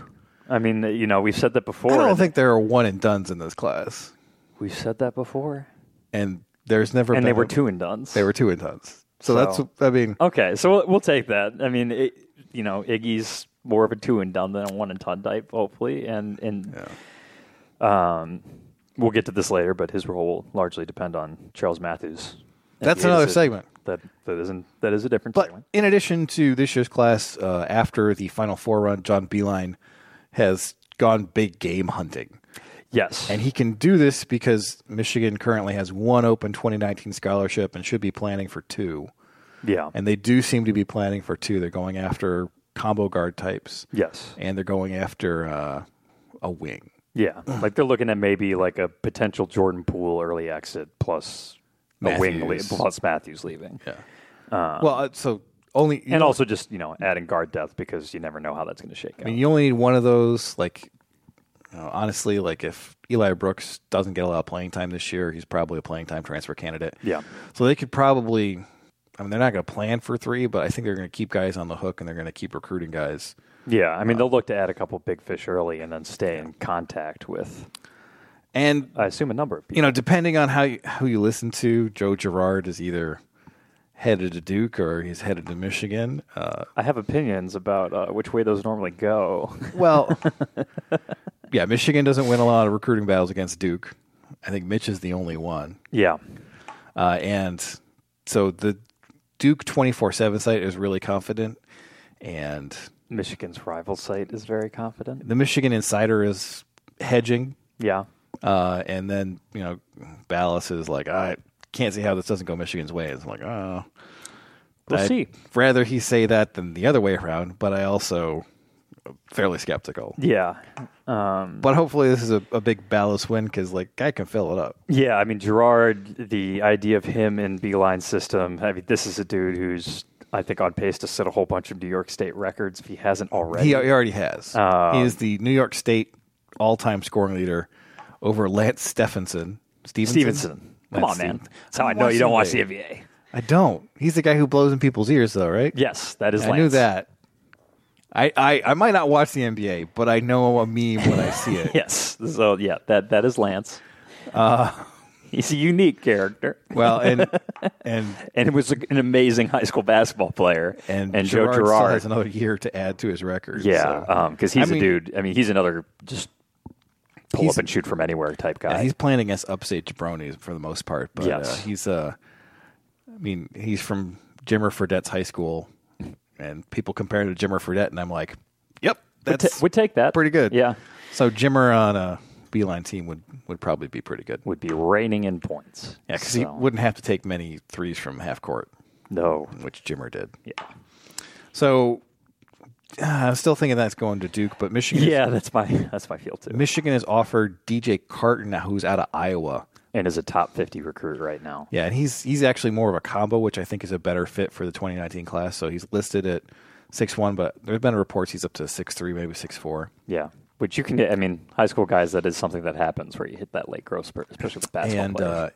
I mean, you know, we've said that before. I don't think there are one and duns in this class, we've said that before. and there's never. And been they were a- two and duns. They were two and duns. So- So, that's. I mean, Okay, so we'll, we'll take that. I mean, it, you know, Iggy's more of a two and done than a one and done type, hopefully, and and um, we'll get to this later, but his role will largely depend on Charles Matthews. And That's he another is a- segment. That that isn't that is a different segment. in addition to this year's class, uh, after the Final Four run, John Beeline has gone big game hunting. Yes. And he can do this because Michigan currently has one open 2019 scholarship and should be planning for two. Yeah. And they do seem to be planning for two. They're going after combo guard types. Yes. And they're going after uh, a wing. Yeah, like they're looking at maybe like a potential Jordan Poole early exit plus a wing le- Matthews. plus Matthews leaving. Um, Yeah. well, uh, so only you and know- also just you know adding guard depth because you never know how that's going to shake I out. mean, you only need one of those. Like, you know, honestly, like if Eli Brooks doesn't get a lot of playing time this year, he's probably a playing time transfer candidate. Yeah. So they could probably. I mean, they're not going to plan for three, but I think they're going to keep guys on the hook and they're going to keep recruiting guys. Yeah, I Uh, mean they'll look to add a couple big fish early and then stay in contact with. And I assume a number of people. You know, depending on how you, who you listen to, Joe Girard is either headed to Duke or he's headed to Michigan. Uh, I have opinions about uh, which way those normally go. Well, yeah, Michigan doesn't win a lot of recruiting battles against Duke. I think Mitch is the only one. Yeah. Uh, and so the Duke twenty four seven site is really confident, and Michigan's rival site is very confident. the Michigan Insider is hedging. Yeah. Uh, and then you know, Ballas is like, I can't see how this doesn't go Michigan's way. It's like, oh, We'll I'd see. Rather he say that than the other way around. But I also am fairly skeptical. Yeah. Um, But hopefully this is a, a big Ballas win because like guy can fill it up. Yeah, I mean Gerard, the idea of him in Beeline system. I mean, this is a dude who's I think on pace to set a whole bunch of New York State records if he hasn't already. He, he already has. Um, he is the New York State all-time scoring leader over Lance Stephenson. E Stevenson. Stevenson. Come on, man. Steven- That's how I know you don't watch watching the NBA. I don't. He's the guy who blows in people's ears, though, right? Yes, that is I knew Lance. that. I, I, I might not watch the NBA, but I know a meme when I see it. Uh, yes. So yeah, that that is Lance. He's a unique character. Well, and and and it was a- an amazing high school basketball player. And, and Joe still Girard has another year to add to his record. Yeah, so. because I he's mean, a dude. I mean, he's another just pull He's- up and shoot from anywhere type guy. yeah, he's playing against upstate jabronis for the most part, but uh, Yes. he's uh, I mean, he's from Jimmer Fredette's high school, and people compare him to Jimmer Fredette, and I'm like, yep, Would that's ta- would take that. pretty good. Yeah. So Jimmer on a Beeline team would would probably be pretty good. Would be reigning in points. Yeah, because he So, wouldn't have to take many threes from half court. No. which Jimmer did. Yeah. So uh, I'm still thinking that's going to Duke, but Michigan. Yeah, is, that's my that's my feel too. Michigan has offered DJ Carton, who's out of Iowa, and is a top fifty recruit right now. Yeah, and he's he's actually more of a combo, which I think is a better fit for the 2019 class. So he's listed at six one, but there's been reports he's up to six three, maybe six four. Yeah, which you can. I mean, high school guys, that is something that happens where you hit that late growth spurt, especially with basketball and players. uh,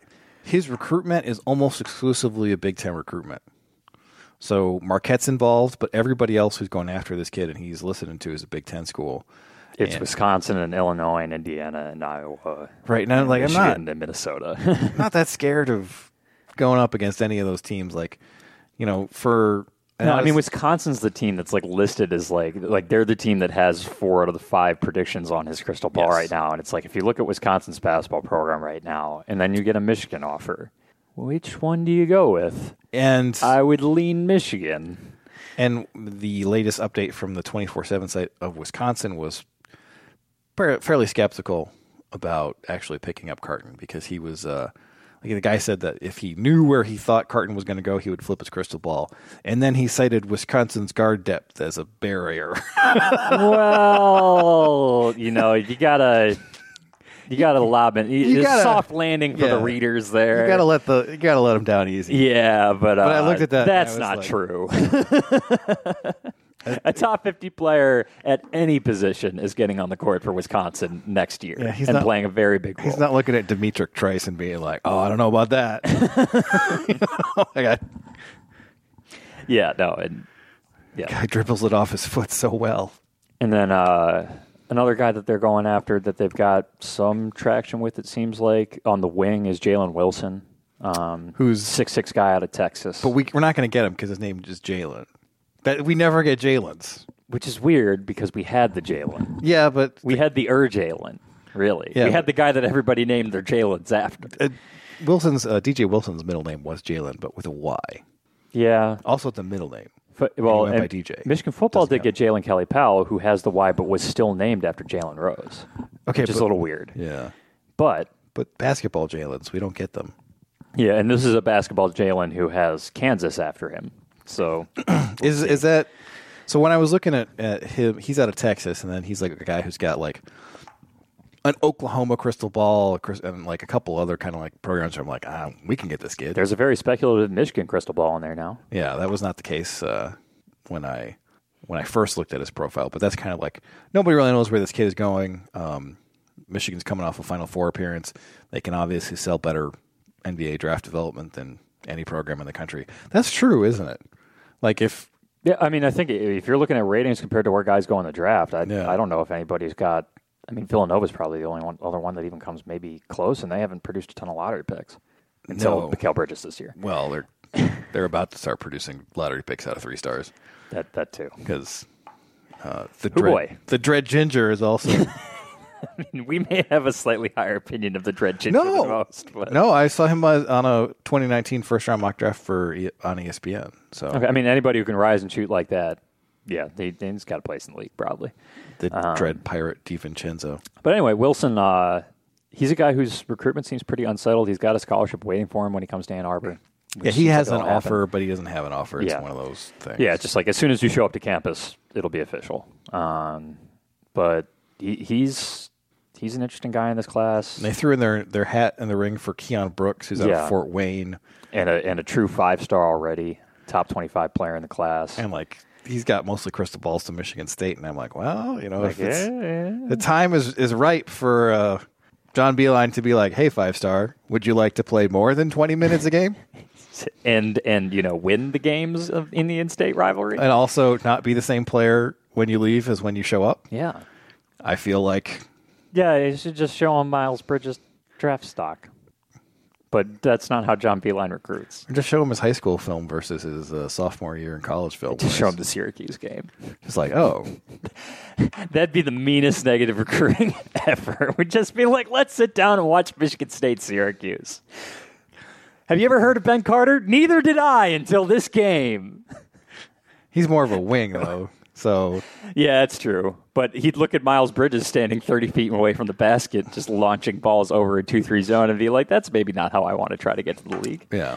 his recruitment is almost exclusively a Big Ten recruitment. So Marquette's involved, but everybody else who's going after this kid and he's listening to is a Big Ten school. it's and- Wisconsin and Illinois and Indiana and Iowa. Right, and I'm like, I'm Michigan not- and Minnesota. not that scared of going up against any of those teams. Like, you know, for and No, I mean was- Wisconsin's the team that's like listed as like like they're the team that has four out of the five predictions on his crystal ball Yes. right now, and it's like if you look at Wisconsin's basketball program right now, and then you get a Michigan offer, which one do you go with? and I would lean Michigan. And the latest update from the 24 7 site of Wisconsin was par- fairly skeptical about actually picking up Carton because he was, uh, like the guy said that if he knew where he thought Carton was going to go, he would flip his crystal ball. And then he cited Wisconsin's guard depth as a barrier. well, you know uh, you gotta you gotta lob it. You gotta- soft landing for the yeah. readers there. you gotta let the you gotta let him down easy. Yeah, but, uh, I looked at that and I That's was not like- true. a top fifty player at any position is getting on the court for Wisconsin next year Yeah, he's and not- playing a very big role. He's not looking at Demetric Trice and being like, "Oh, I don't know about that." Oh You know, like I, yeah, no, and yeah, guy dribbles it off his foot so well. and then uh, another guy that they're going after that they've got some traction with. It seems like on the wing is Jalen Wilson, um, Who's- six six guy out of Texas, But we, we're not going to get him because his name is Jalen. That we never get Jalen's. which is weird because we had the Jalen, Yeah, but we had the Er Jalen. Really, Yeah, we had but- the guy that everybody named their Jalen's after. uh, Wilson's uh, DJ Wilson's middle name was Jalen, but with a Y. Yeah, Also, the middle name. Fo- well, went by and DJ. Michigan football did get Jalen Kelly Powell, who has the Y, but was still named after Jalen Rose. Okay, which is but- a little weird. Yeah, But but basketball Jalen's we don't get them. yeah, and this is a basketball Jalen who has Kansas after him. So Is is that? So when I was looking at, at him, he's out of Texas, and then he's like a guy who's got like an Oklahoma crystal ball a Chris- and like a couple other kind of like programs where I'm like, ah, we can get this kid. there's a very speculative Michigan crystal ball in there now. Yeah, that was not the case uh, when I when I first looked at his profile. But that's kind of like nobody really knows where this kid is going. Um, Michigan's coming off a Final Four appearance. They can obviously sell better NBA draft development than any program in the country. That's true, isn't it? Like if Yeah, I mean, I think i- if you're looking at ratings compared to where guys go in the draft, I, Yeah. I don't know if anybody's got. I mean, Villanova's probably the only one, other one that even comes maybe close, and they haven't produced a ton of lottery picks until No. Mikael Bridges this year. well they're they're about to start producing lottery picks out of three stars That that too. because uh, the Oh, dread, boy. the dread ginger is also I mean, we may have a slightly higher opinion of the Dread Ginger than No, most. But. no, I saw him uh, on a 2019 first round mock draft for E- on ESPN. So Okay, I mean, anybody who can rise and shoot like that, yeah, they, they's got a place in the league probably. the Um, Dread Pirate DiVincenzo. But anyway, Wilson, uh, he's a guy whose recruitment seems pretty unsettled. He's got a scholarship waiting for him when he comes to Ann Arbor. which Yeah, he seems has like an it'll happen. offer, but he doesn't have an offer. It's one of those things. Yeah, it's just like as soon as you show up to campus, it'll be official. Um, but he, he's he's an interesting guy in this class. And they threw in their, their hat in the ring for Keon Brooks, who's out of Fort Wayne, and a and a true five star already, top twenty five player in the class, and like he's got mostly crystal balls to Michigan State, and I'm like, well, you know, Like, if it's, yeah, yeah. the time is is ripe for uh, John Beeline to be like, hey, five star, would you like to play more than 20 minutes a game, and and you know win the games of, in the in state rivalry. and also not be the same player when you leave as when you show up? Yeah, I feel like yeah, you should just show him Miles Bridges draft stock. But that's not how John Beeline recruits. just show him his high school film versus his uh, sophomore year in college film. Just show him the Syracuse game. It's like, oh, That'd be the meanest negative recruiting ever. Would just be like, let's sit down and watch Michigan State Syracuse. Have you ever heard of Ben Carter? Neither did I until this game. he's more of a wing though, so Yeah, that's true. But he'd look at Miles Bridges standing 30 feet away from the basket, just launching balls over a 2 3 zone, and be like, that's maybe not how I want to try to get to the league. Yeah.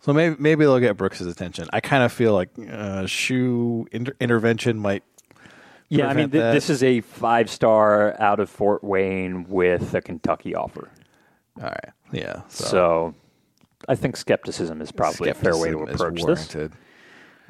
So maybe maybe they'll get Brooks' attention. I kind of feel like uh, shoe inter- intervention might. Yeah, I mean, prevent th- that. this is a five star out of Fort Wayne with a Kentucky offer. All right. Yeah. So, so- I think skepticism is probably a fair way to Skepticism is approach this. warranted.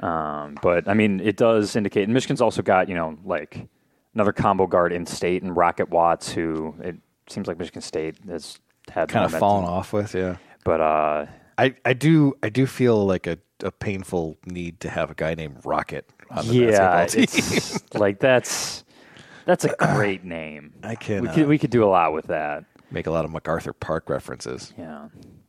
Um, but I mean, it does indicate. And Michigan's also got you know like another combo guard in state and Rocket Watts, who it seems like Michigan State has had kind of momentum. fallen off with. Yeah. But uh, I, I do I do feel like a, a painful need to have a guy named Rocket on the yeah, basketball team. it's like that's that's a great name. I can, we could, uh, we could do a lot with that. Make a lot of MacArthur Park references. Yeah.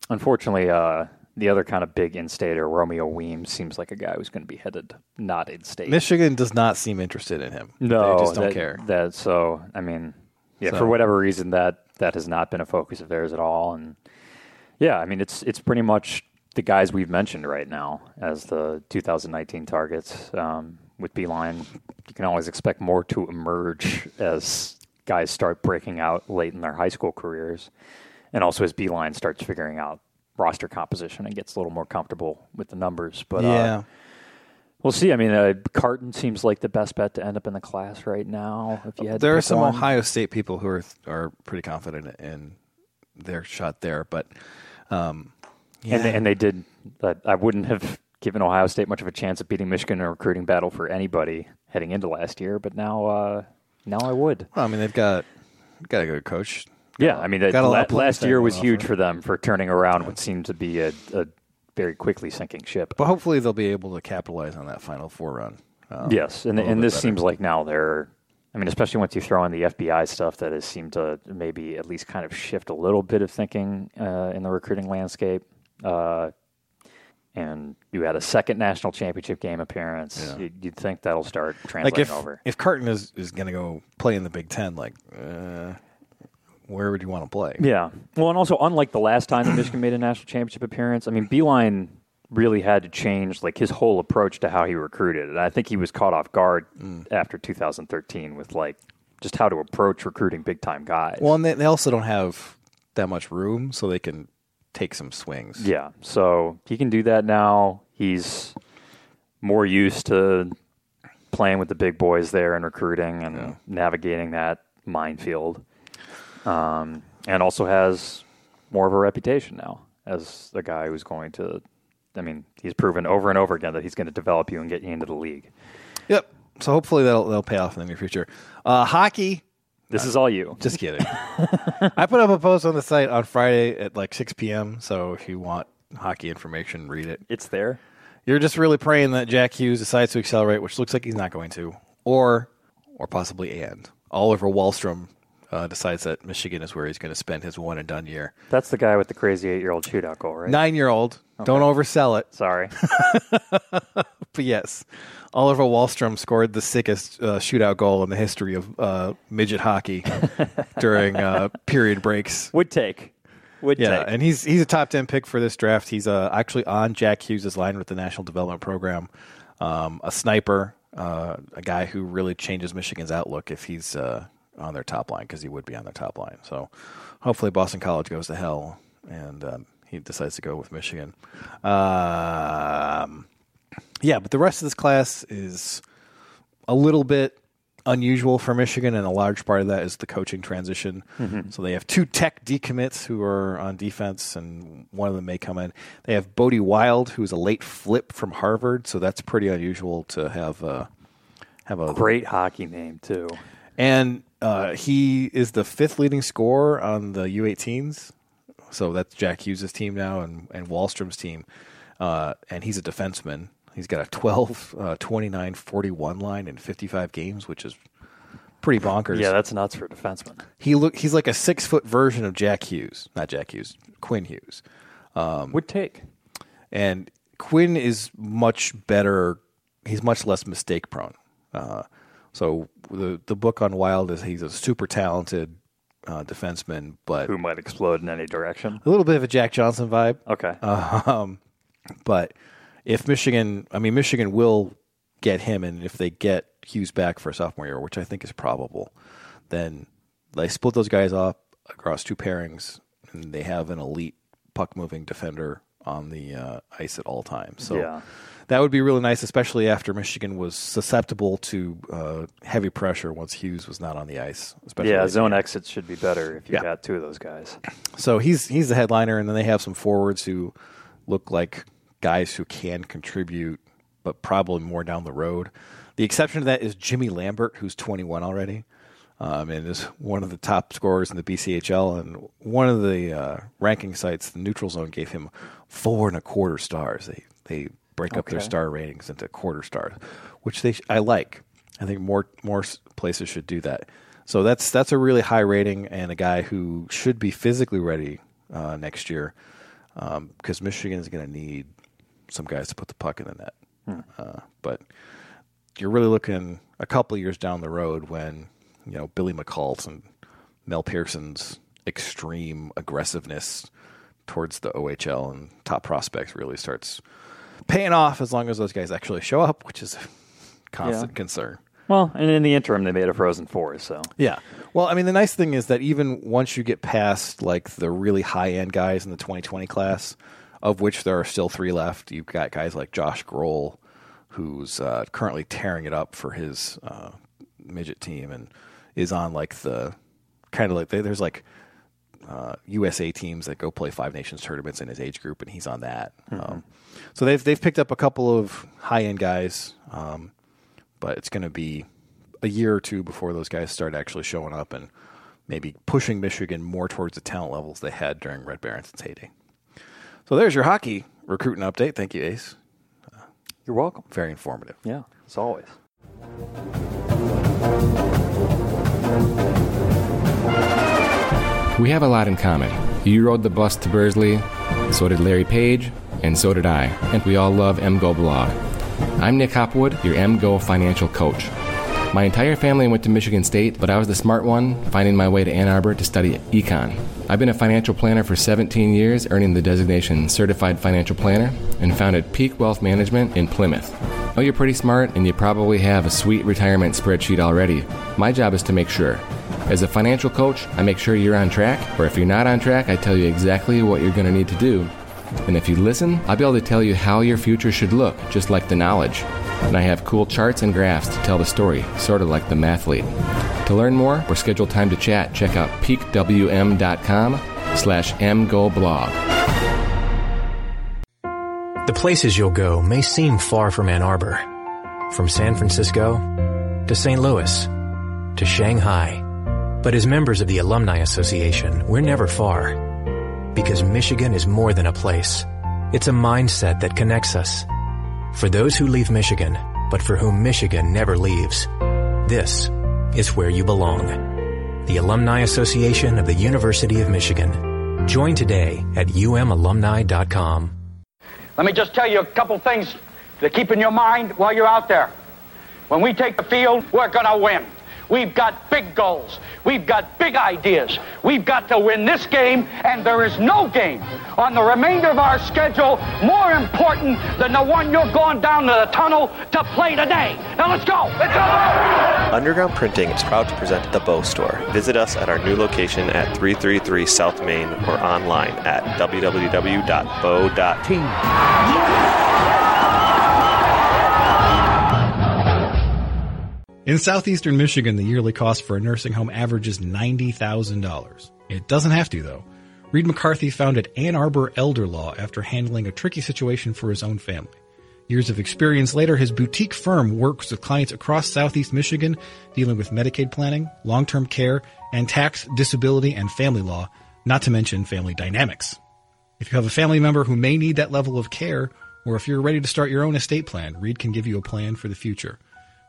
Unfortunately, uh, the other kind of big in-stater, Romeo Weems, seems like a guy who's going to be headed not in-state. Michigan does not seem interested in him. No, they just don't that- care. That so I mean, yeah, So- for whatever reason that that has not been a focus of theirs at all, and yeah, I mean it's it's pretty much the guys we've mentioned right now as the 2019 targets um, with Beeline. You can always expect more to emerge as guys start breaking out late in their high school careers, and also as Beeline starts figuring out roster composition and gets a little more comfortable with the numbers. But Yeah. Uh, We'll see. I mean, uh, Carton seems like the best bet to end up in the class right now. If you had to there are pick some one. Ohio State people who are are pretty confident in their shot there, but um, yeah. and, they, and they did. But I wouldn't have given Ohio State much of a chance of beating Michigan in a recruiting battle for anybody heading into last year. But now, uh, now I would. Well, I mean, they've got got a good coach. Yeah, I mean, that, Got a lot of la- players last that year went was off, huge for them for turning around what seemed to be a, a very quickly sinking ship. But hopefully, they'll be able to capitalize on that Final Four run. um, yes, and a little and bit this better. seems like now they're. I mean, especially once you throw in the FBI stuff, that has seemed to maybe at least kind of shift a little bit of thinking uh, in the recruiting landscape. Uh, and you had a second national championship game appearance. Yeah. You'd, you'd think that'll start translating like if over. if Carton is is going to go play in the Big Ten, like uh, where would you want to play? Yeah. Well, and also unlike the last time that Michigan made a national championship appearance, I mean, Beeline really had to change like his whole approach to how he recruited, and I think he was caught off guard Mm. after 2013 with like just how to approach recruiting big time guys. Well, and they, they also don't have that much room, so they can take some swings. Yeah. So he can do that now. He's more used to playing with the big boys there and recruiting and navigating that minefield. Um, and also has more of a reputation now as a guy who's going to, I mean, he's proven over and over again that he's going to develop you and get you into the league. Yep. So hopefully that'll that'll pay off in the near future. Uh, hockey. This is all you. Just kidding. I put up a post on the site on Friday at like 6 p.m. So if you want hockey information, read it. It's there. You're just really praying that Jack Hughes decides to accelerate, which looks like he's not going to, or or possibly and Oliver Wallstrom uh, decides that Michigan is where he's going to spend his one and done year. That's the guy with the crazy eight-year-old shootout goal, right? Nine year old. Don't oversell it. Sorry. but yes, Oliver Wallstrom scored the sickest uh, shootout goal in the history of uh, midget hockey during uh, period breaks. Would take. Would yeah, take. and he's he's a top ten pick for this draft. He's uh, actually on Jack Hughes' line with the National Development Program. Um, a sniper, uh, a guy who really changes Michigan's outlook if he's uh, on their top line because he would be on their top line. So hopefully Boston College goes to hell and um, he decides to go with Michigan. Um, yeah, but the rest of this class is a little bit unusual for Michigan, and a large part of that is the coaching transition. Mhm. So they have two tech decommits who are on defense, and one of them may come in. They have Bodie Wild, who's a late flip from Harvard, so that's pretty unusual to have a have a Great hockey name too. And uh, he is the fifth leading scorer on the U18s, so that's Jack Hughes' team now and and Wallstrom's team, uh, and he's a defenseman. He's got a 12, uh, 29, 41 line in 55 games, which is pretty bonkers. Yeah, that's nuts for a defenseman. He look he's like a six foot version of Jack Hughes, not Jack Hughes, Quinn Hughes. Um, Would take. And Quinn is much better. He's much less mistake prone. Uh, so the the book on Wild is he's a super talented uh, defenseman, but Who might explode in any direction? a little bit of a Jack Johnson vibe. Um, Okay. Um, but if Michigan, I mean, Michigan will get him, and if they get Hughes back for sophomore year, which I think is probable, then they split those guys up across two pairings, and they have an elite puck moving defender on the uh, ice at all times. So Yeah. that would be really nice, especially after Michigan was susceptible to uh, heavy pressure once Hughes was not on the ice. Especially yeah, late in the zone exits should be better if you Yeah. got two of those guys. so he's he's the headliner, and then they have some forwards who look like guys who can contribute, but probably more down the road. The exception to that is Jimmy Lambert, who's 21 already, um, and is one of the top scorers in the BCHL. And one of the uh, ranking sites, the Neutral Zone, gave him four and a quarter stars. They they break up their Okay. star ratings into quarter stars, which they sh- I like. I think more more s- places should do that. So that's that's a really high rating and a guy who should be physically ready uh, next year um, because Michigan is going to need some guys to put the puck in the net. Hmm. Uh, but you're really looking a couple of years down the road when you know Billy McCall's and Mel Pearson's extreme aggressiveness towards the OHL and top prospects really starts paying off as long as those guys actually show up, which is a constant Yeah. concern. Well, and in the interim, they made a Frozen Four, so. Yeah. Well, I mean, the nice thing is that even once you get past like the really high end guys in the 2020 class, of which there are still three left, you've got guys like Josh Grohl, who's uh, currently tearing it up for his uh, midget team and is on like the kind of like there- there's like uh, USA teams that go play Five Nations tournaments in his age group, and he's on that. Um, so they've they've picked up a couple of high end guys, um, but it's going to be a year or two before those guys start actually showing up and maybe pushing Michigan more towards the talent levels they had during Red Baronson's heyday. So there's your hockey recruiting update. Thank you, Ace. You're welcome. Very informative. Yeah, as always. We have a lot in common. You rode the bus to Bursley, so did Larry Page, and so did I. And we all love MGO blog. I'm Nick Hopwood, your MGO financial coach. My entire family went to Michigan State, but I was the smart one, finding my way to Ann Arbor to study econ. I've been a financial planner for 17 years, earning the designation Certified Financial Planner, and founded Peak Wealth Management in Plymouth. Oh, you're pretty smart, and you probably have a sweet retirement spreadsheet already. My job is to make sure. As a financial coach, I make sure you're on track, or if you're not on track, I tell you exactly what you're going to need to do. And if you listen, I'll be able to tell you how your future should look, just like the knowledge. And I have cool charts and graphs to tell the story, sort of like the mathlete. To learn more or schedule time to chat, check out peakwm.com slash mgoblog. The places you'll go may seem far from Ann Arbor. From San Francisco to St. Louis to Shanghai. But as members of the Alumni Association, we're never far. Because Michigan is more than a place. It's a mindset that connects us. For those who leave Michigan, but for whom Michigan never leaves, this is where you belong. the Alumni Association of the University of Michigan. Join today at umalumni.com. Let me just tell you a couple things to keep in your mind while you're out there. When we take the field, we're going to win. We've got big goals. We've got big ideas. We've got to win this game, and there is no game on the remainder of our schedule more important than the one you're going down to the tunnel to play today. Now let's go. Let's go. Underground Printing is proud to present the Bow Store. Visit us at our new location at 333 South Main or online at www.bow.team. In southeastern Michigan, the yearly cost for a nursing home averages $90,000. It doesn't have to, though. Reed McCarthy founded Ann Arbor Elder Law after handling a tricky situation for his own family. Years of experience later, his boutique firm works with clients across southeast Michigan dealing with Medicaid planning, long term care, and tax, disability, and family law, not to mention family dynamics. If you have a family member who may need that level of care, or if you're ready to start your own estate plan, Reed can give you a plan for the future.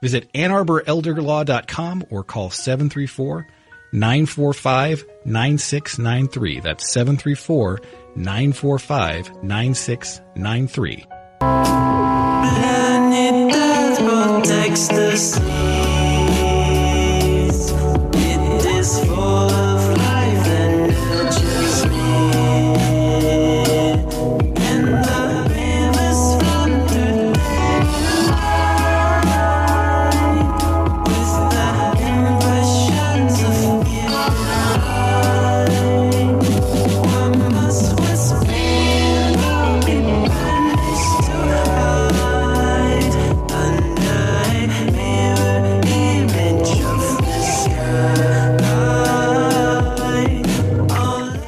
Visit AnnArborElderLaw.com or call 734 945 9693. That's 734 945 9693. Planet Earth protects the seas. It is full of life and nurtures me. And the rivers run through mine with the impressions of your One must whisper in darkness to hide.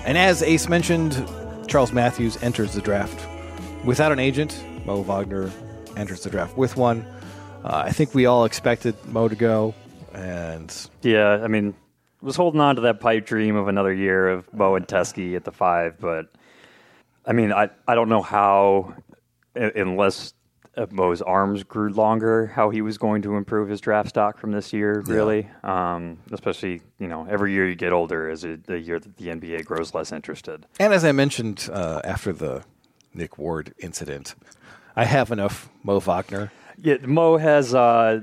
And as Ace mentioned, Charles Matthews enters the draft without an agent. Mo Wagner enters the draft with one. Uh, I think we all expected Mo to go, and Yeah, I mean, was holding on to that pipe dream of another year of Bo and Teskey at the five, but I mean, I I don't know how, u- unless uh, Mo's arms grew longer, how he was going to improve his draft stock from this year. Yeah. Really, um, especially you know, every year you get older is a, the year that the NBA grows less interested. and as I mentioned uh, after the Nick Ward incident, I have enough Mo Wagner. Yeah, Mo has uh,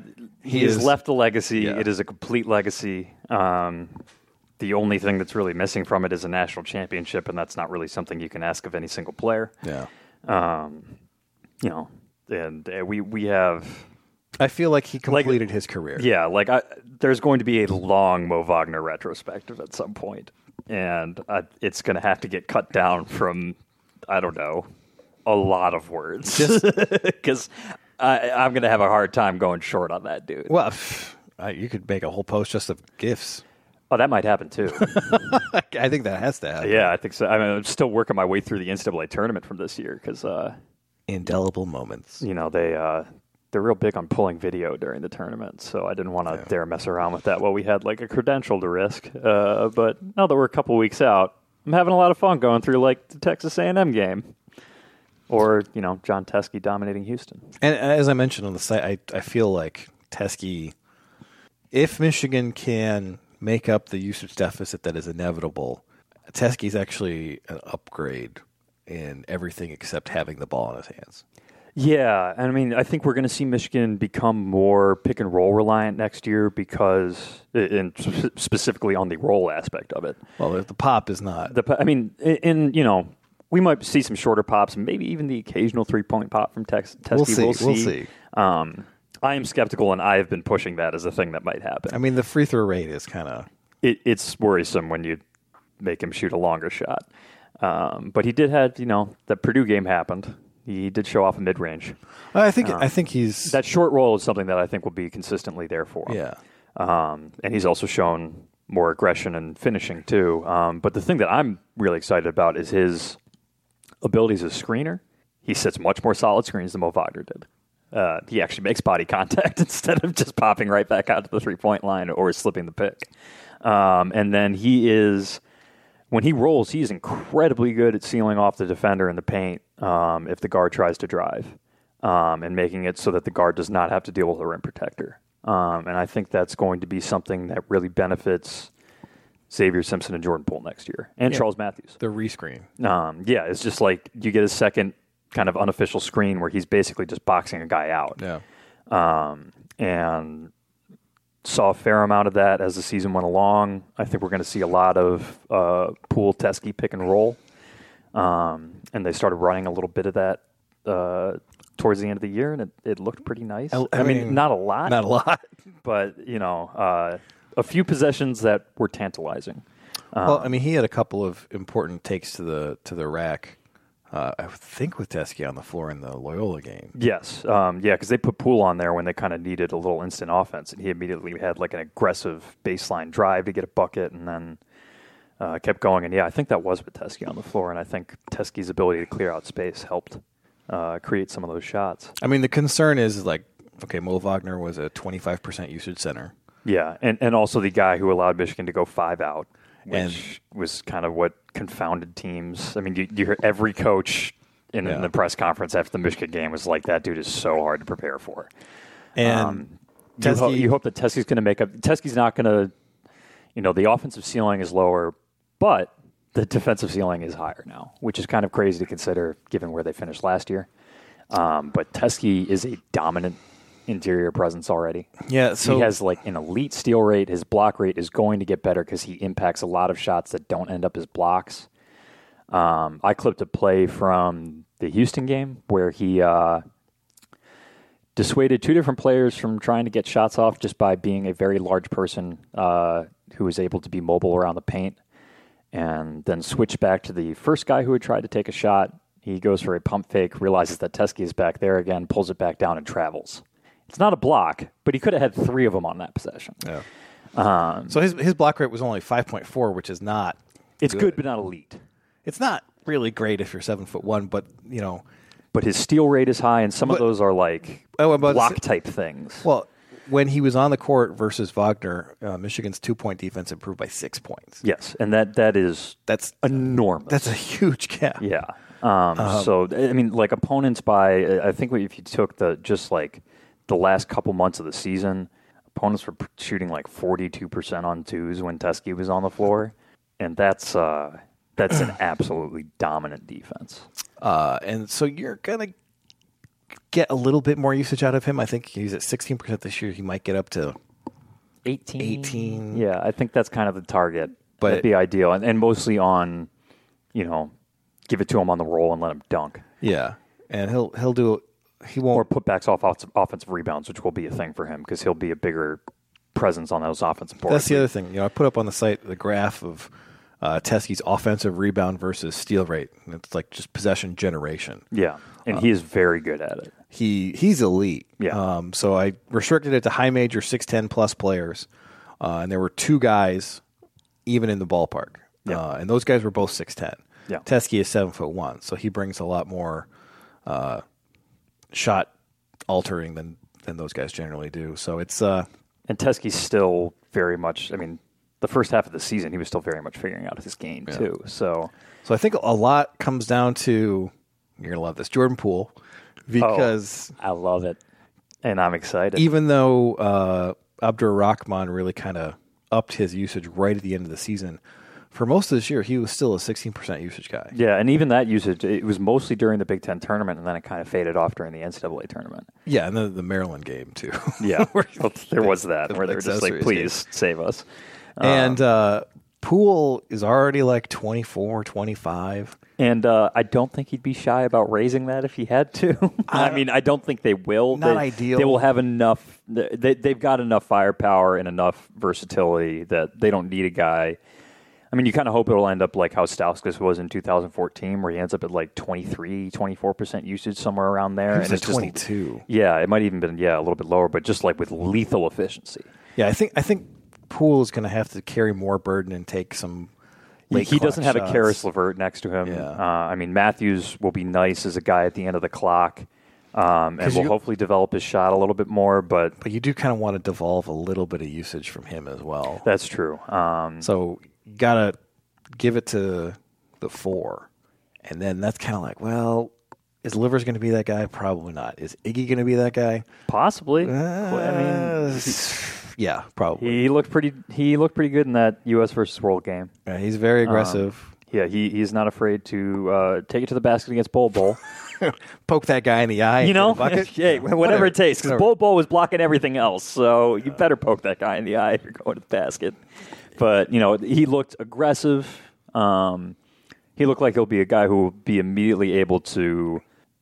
he, He has is- left a legacy. It is a complete legacy. Um, the only thing that's really missing from it is a national championship, and that's not really something you can ask of any single player. Yeah. Um, you know, and uh, we we have. I feel like he completed his career. Yeah, like I, there's going to be a long Mo Wagner retrospective at some point, and I, it's going to have to get cut down from, I don't know, a lot of words, because I'm going to have a hard time going short on that dude. Well, pff, I, you could make a whole post just of gifs. Oh, that might happen too. I think that has to happen. Yeah, I think so. I mean, I'm still working my way through the NCAA tournament from this year because uh, indelible moments. You know, they uh, they're real big on pulling video during the tournament, so I didn't want to dare mess around with that. Well, we had like a credential to risk, uh, but now that we're a couple weeks out, I'm having a lot of fun going through like the Texas A&M game, or you know, John Teskey dominating Houston. And as I mentioned on the site, I, I feel like Teskey, if Michigan can make up the usage deficit that is inevitable, Teskey's actually an upgrade in everything except having the ball in his hands. Yeah, and I mean, I think we're going to see Michigan become more pick and roll reliant next year because, and sp- specifically on the roll aspect of it. Well, the pop is not. The po- I mean, i- in you know, we might see some shorter pops, and maybe even the occasional three point pop from Tex- Teskey. We'll see, we'll see. Um, I am skeptical, and I have been pushing that as a thing that might happen. I mean, the free throw rate is kind of It, it's worrisome when you make him shoot a longer shot. Um, but he did have, you know, the Purdue game happened. He did show off a mid range. I think- I think he's that short roll is something that I think will be consistently there for him. Yeah. um, and he's also shown more aggression and finishing too. Um, but the thing that I'm really excited about is his abilities as a screener. He sets much more solid screens than Mo Wagner did. Uh, he actually makes body contact instead of just popping right back out to the three point line or slipping the pick. Um, and then he is, when he rolls, he is incredibly good at sealing off the defender in the paint um, if the guard tries to drive um, and making it so that the guard does not have to deal with a rim protector. Um, and I think that's going to be something that really benefits Xavier Simpson and Jordan Poole next year, and Yeah. Charles Matthews. The rescreen. Um, yeah, it's just like you get a second kind of unofficial screen where he's basically just boxing a guy out. Yeah. Um, and saw a fair amount of that as the season went along. I think we're going to see a lot of uh, pool Teskey pick and roll. Um, and they started running a little bit of that uh, towards the end of the year, and it, it looked pretty nice. I, I- I mean, mean, not a lot. not a lot. But, you know, uh, a few possessions that were tantalizing. well, I mean, he had a couple of important takes to the to the rack. Uh, I think with Teskey on the floor in the Loyola game. Yes, um, yeah, because they put Poole on there when they kind of needed a little instant offense, and he immediately had like an aggressive baseline drive to get a bucket, and then uh, kept going. And yeah, I think that was with Teskey on the floor, and I think Teskey's ability to clear out space helped uh, create some of those shots. I mean, the concern is like, okay, Mo Wagner was a 25% usage center. Yeah, and and also the guy who allowed Michigan to go five out, which was kind of what confounded teams. I mean, you, you hear every coach in, in Yeah. the press conference after the Michigan game was like, "That dude is so hard to prepare for." Um, And you, ho- Teskey- you hope that Teskey's going to make up. Teskey's not going to, you know, the offensive ceiling is lower, but the defensive ceiling is higher now, which is kind of crazy to consider given where they finished last year. Um, but Teskey is a dominant interior presence already. Yeah, so- he has like an elite steal rate. His block rate is going to get better because he impacts a lot of shots that don't end up as blocks. Um, I clipped a play from the Houston game where he uh, dissuaded two different players from trying to get shots off just by being a very large person uh, who was able to be mobile around the paint. And then switched back to the first guy who had tried to take a shot. He goes for a pump fake, realizes that Teskey is back there again, pulls it back down, and travels. It's not a block, but he could have had three of them on that possession. Yeah. Um, So his his block rate was only 5.4, which is not. It's good, but not elite. It's not really great if you're seven foot one, but you know. But his steal rate is high, and some of those are like oh, about to block say- type things. Well, when he was on the court versus Wagner, uh, Michigan's two point defense improved by six points. Yes, and that that is that's uh, enormous. That's a huge gap. Yeah. Um, Um, so I mean, like opponents by I think if you took the just like the last couple months of the season, opponents were p- shooting like forty two percent on twos when Teskey was on the floor, and that's uh, that's an absolutely dominant defense. Uh, and so you're gonna get a little bit more usage out of him. I think he's at 16% this year. He might get up to 18. Yeah, I think that's kind of the target. But- That'd be ideal, and, and mostly on, you know, give it to him on the roll and let him dunk. Yeah, and he'll he'll do he won't or putbacks off off- offensive rebounds, which will be a thing for him because he'll be a bigger presence on those offensive boards. That's the other thing. You know, I put up on the site the graph of uh, Teskey's offensive rebound versus steal rate. And it's like just possession generation. Yeah, Uh, and he is very good at it. He he's elite. Yeah. Um, so I restricted it to high major six ten plus players, uh, and there were two guys even in the ballpark. Yeah. Uh, and those guys were both six ten. Yeah. Teskey is seven foot one, so he brings a lot more uh, shot altering than than those guys generally do. So it's uh, and Teskey's still very much. I mean, the first half of the season, he was still very much figuring out his game Yeah. too. So So I think a lot comes down to you're gonna love this Jordan Poole Oh, because I love it, and I'm excited. even though uh, Abdur Rahman really kind of upped his usage right at the end of the season, for most of this year he was still a 16% usage guy. yeah, and even that usage, it was mostly during the Big Ten tournament, and then it kind of faded off during the NCAA tournament. Yeah, and then the Maryland game too. Yeah, Where- Well, there was that where they were just like, accessories game. "Please save us." Um, and uh, Poole is already like 24, 25. And uh, I don't think he'd be shy about raising that if he had to. I, mean, I don't think they will. Not they, ideal. They will have enough. They, they've got enough firepower and enough versatility that they don't need a guy. I mean, you kind of hope it'll end up like how Stauskas was in 2014, where he ends up at like 23, 24% usage, somewhere around there. He was and at it's just- 22. yeah, it might even been, yeah, a little bit lower, but just like with lethal efficiency. Yeah, I think I think Poole is going to have to carry more burden and take some. late he clock doesn't have shots. a Karis Levert next to him. Uh, I mean, Matthews will be nice as a guy at the end of the clock, um, and 'Cause will you- hopefully develop his shot a little bit more. But but you do kind of want to devolve a little bit of usage from him as well. That's true. Um, so you gotta give it to the four, and then that's kind of like, well, is Livers going to be that guy? Probably not. Is Iggy going to be that guy? Possibly. I mean, Yeah, probably. He looked pretty. He looked pretty good in that U.S. versus World game. Yeah, he's very Um, aggressive. yeah, he, he's not afraid to uh, take it to the basket against Bol Bol. Poke that guy in the eye. you and get know, a bucket. yeah, Yeah, whatever, it takes. Because whatever. Bol Bol was blocking everything else, so you better poke that guy in the eye if you're going to the basket. But you know, he looked aggressive. Um, he looked like he'll be a guy who will be immediately able to,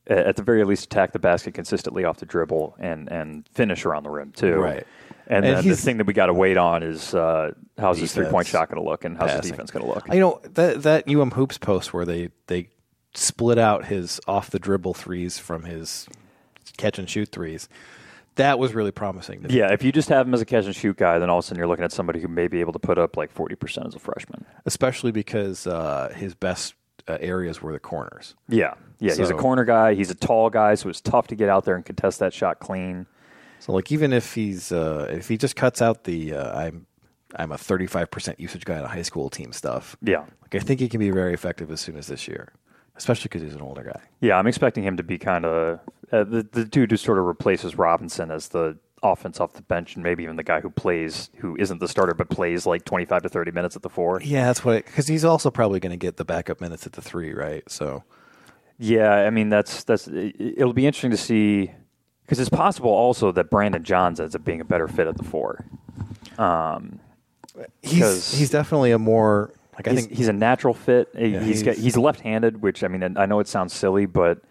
a- at the very least, attack the basket consistently off the dribble and and finish around the rim too. Right. And, then And the he's- thing that we got to wait on is uh, how's his three point Defense. shot going to look and how's his Passing. defense going to look. You know that that UM hoops post where they they split out his off the dribble threes from his catch and shoot threes. That was really promising. To me. Yeah, if you just have him as a catch and shoot guy, then all of a sudden you're looking at somebody who may be able to put up like 40% as a freshman. especially because uh, his best uh, areas were the corners. Yeah, yeah. he's a So- corner guy. He's a tall guy, so it's tough to get out there and contest that shot clean. So like even if he's uh, if he just cuts out the uh, I'm I'm a 35% usage guy on high school team stuff. Yeah. Like I think he can be very effective as soon as this year, especially because he's an older guy. Yeah, I'm expecting him to be kind of uh, the the dude who sort of replaces Robinson as the offense off the bench, and maybe even the guy who plays who isn't the starter but plays like 25 to 30 minutes at the four. Yeah, that's what because he's also probably going to get the backup minutes at the three, right? So Yeah, I mean that's that's i- i- it'll be interesting to see because it's possible also that Brandon Johns ends up being a better fit at the four. Um, he's he's definitely a more like I he's, think he's a natural fit. He- Yeah, he's got, he's- he's left-handed, which I mean, I know it sounds silly, but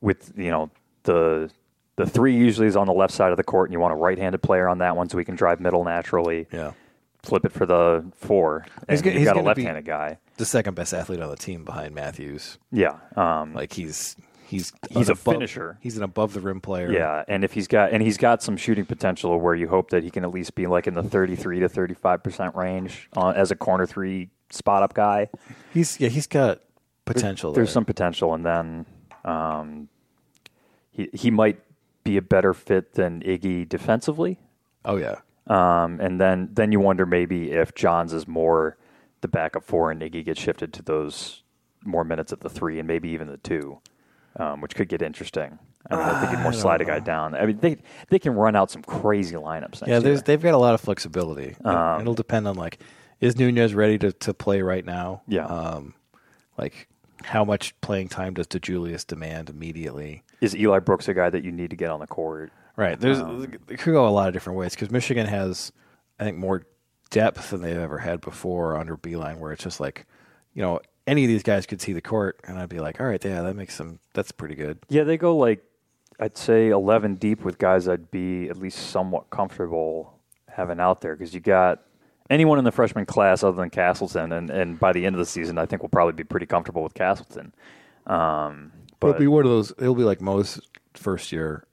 with you know the the three usually is on the left side of the court, and you want a right-handed player on that one so he can drive middle naturally. Yeah, flip it for the four. He's and go- you've he's got a gonna be- left-handed guy. the second best athlete on the team behind Matthews. Yeah, um, like he's he's he's an a above- finisher. He's an above the rim player. Yeah, and if he's got and he's got some shooting potential where you hope that he can at least be like in the 33 to 35 percent range on, as a corner three spot up guy. He's yeah, he's got potential. There's there. some potential, and then um, he he might be a better fit than Iggy defensively. Oh yeah. Um, and then then you wonder maybe if Johns is more the backup four, and Iggy gets shifted to those more minutes at the three, and maybe even the two, um, which could get interesting. I don't know. They could more I don't slide a guy down. I mean, they they can run out some crazy lineups. Next yeah, year. there's, they've got a lot of flexibility. It- Um, It'll depend on like, is Nunez ready to, to play right now? Yeah. Um, like, how much playing time does DeJulius demand immediately? is Eli Brooks a guy that you need to get on the court? Right. There's Um, it could go a lot of different ways because Michigan has, I think, more depth than they've ever had before under Beeline, where it's just like, you know, any of these guys could see the court, and I'd be like, all right, yeah, that makes some. That's pretty good. Yeah, they go like I'd say eleven deep with guys I'd be at least somewhat comfortable having out there because you got anyone in the freshman class other than Castleton, and, and by the end of the season, I think we'll probably be pretty comfortable with Castleton. Um, it'll but be one of those. It'll be like most first year.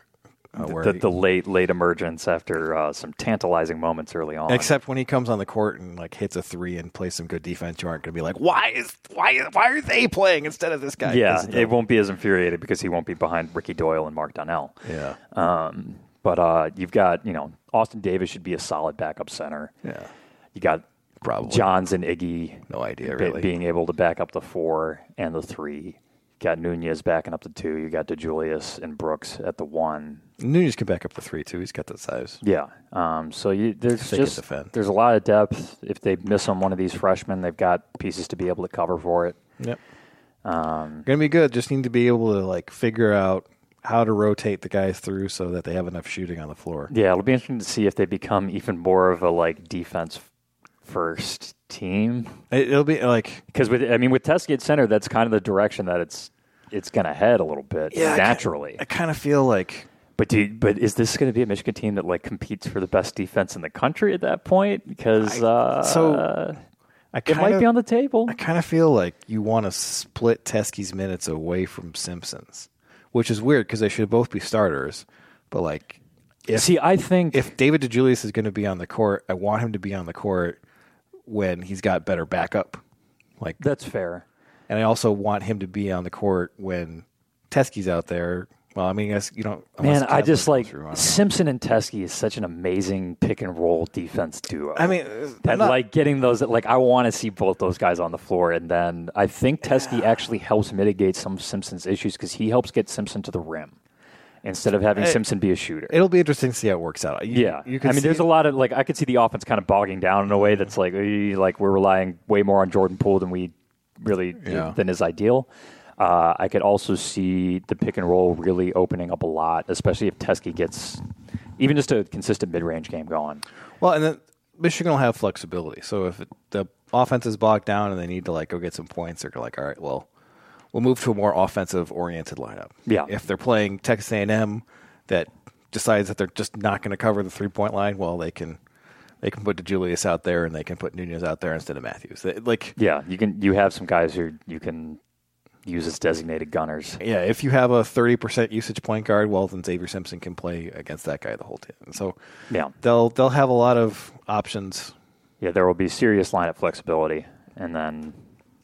Uh, where the, the late late emergence after uh, some tantalizing moments early on. Except when he comes on the court and like hits a three and plays some good defense, you aren't going to be like, Why is why why are they playing instead of this guy? yeah, Because it won't be as infuriated because he won't be behind Ricky Doyle and Mark Donnell. Yeah. Um, but uh, you've got you know Austin Davis should be a solid backup center. Yeah. You got Probably. Johns and Iggy. No idea be- really. being able to back up the four and the three. You got Nunez backing up the two. You got DeJulius and Brooks at the one. Nunez can back up the three too. He's got that size. Yeah. Um, so you, there's They can just defend. there's a lot of depth. If they miss on one of these freshmen, they've got pieces to be able to cover for it. Yep. Um, Going to be good. Just need to be able to like figure out how to rotate the guys through so that they have enough shooting on the floor. yeah, it'll be interesting to see if they become even more of a like defense first team. It, will be like because with I mean with Teskey at center, that's kind of the direction that it's it's going to head a little bit Yeah, I ki- naturally. I kind of feel like But do you- but is this going to be a Michigan team that like competes for the best defense in the country at that point? Because uh, so I it might kinda- be on the table. I kind of feel like you want to split Teskey's minutes away from Simpson's, which is weird because they should both be starters. But like, see, I think if David DeJulius is going to be on the court, I want him to be on the court when he's got better backup. Like that's fair. And I also want him to be on the court when Teskey's out there. Well, I mean, I guess you don't. unless Man, I Kessler just comes like through, I don't know. Simpson and Teskey is such an amazing pick and roll defense duo. I mean, uh, that I'm not- like getting those like I want to see both those guys on the floor, and then I think Teskey actually helps mitigate some of Simpson's issues because he helps get Simpson to the rim, instead of having Hey. Simpson be a shooter. It'll be interesting to see how it works out. You- yeah, you can I mean, see there's a lot of like I could see the offense kind of bogging down in a way that's like eh, like we're relying way more on Jordan Poole than we really Yeah. than is ideal. Uh, I could also see the pick and roll really opening up a lot, especially if Teskey gets even just a consistent mid range game going. Well, and then Michigan will have flexibility. So if it, the offense is bogged down and they need to like go get some points, they're like, all right, well, we'll move to a more offensive oriented lineup. Yeah. If they're playing Texas A&M that decides that they're just not going to cover the three point line, well, they can they can put DeJulius out there and they can put Nunez out there instead of Matthews. They- like yeah, you can you have some guys who you can use as designated gunners. Yeah, if you have a 30% usage point guard, well, then Xavier Simpson can play against that guy the whole time. And so Yeah. they'll they'll have a lot of options. Yeah, there will be serious lineup flexibility, and then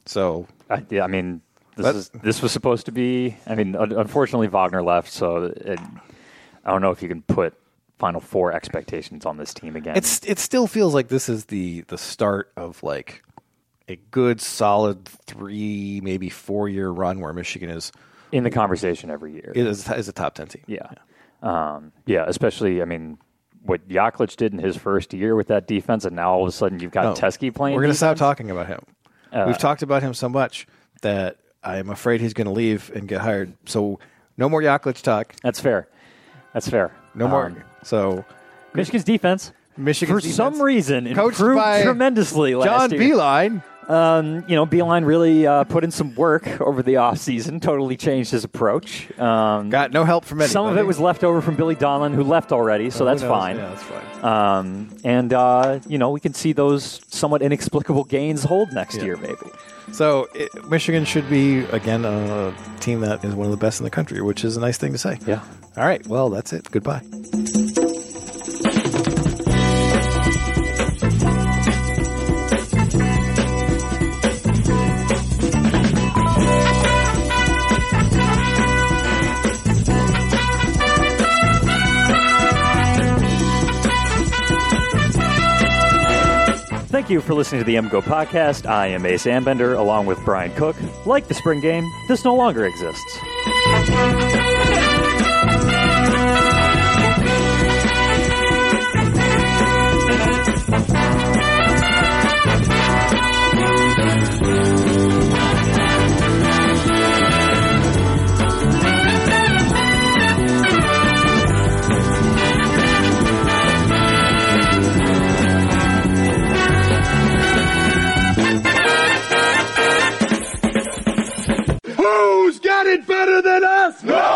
so I, yeah, I mean, this Let- is this was supposed to be. I mean, un- unfortunately, Wagner left, so it, I don't know if you can put Final Four expectations on this team again. It's it still feels like this is the the start of like a good solid three maybe four year run where Michigan is in the conversation every year. Is is a top ten team? Yeah. Um, yeah, especially, I mean, what Yaklich did in his first year with that defense, and now all of a sudden you've got No, Teskey playing. We're gonna stop defense? talking about him. Uh, We've talked about him so much that I'm afraid he's going to leave and get hired. So no more Yaklich talk. That's fair. That's fair. No more. Um, So Michigan's defense. Michigan's for some reason Coached improved by tremendously last John year. Beeline. Um, you know, Beeline really uh, put in some work over the offseason, totally changed his approach. Um, Got no help from anybody. Some of it was left over from Billy Donlin, who left already, so Who that's knows? fine. Yeah, that's fine. Um, and, uh, you know, we can see those somewhat inexplicable gains hold next Yeah. year, maybe. So it, Michigan should be again a team that is one of the best in the country, which is a nice thing to say. Yeah. All right. Well, that's it. Goodbye. Thank you for listening to the MGO podcast. I am Ace Ambender, along with Brian Cook. Like the spring game, this no longer exists. Who's got it better than us? No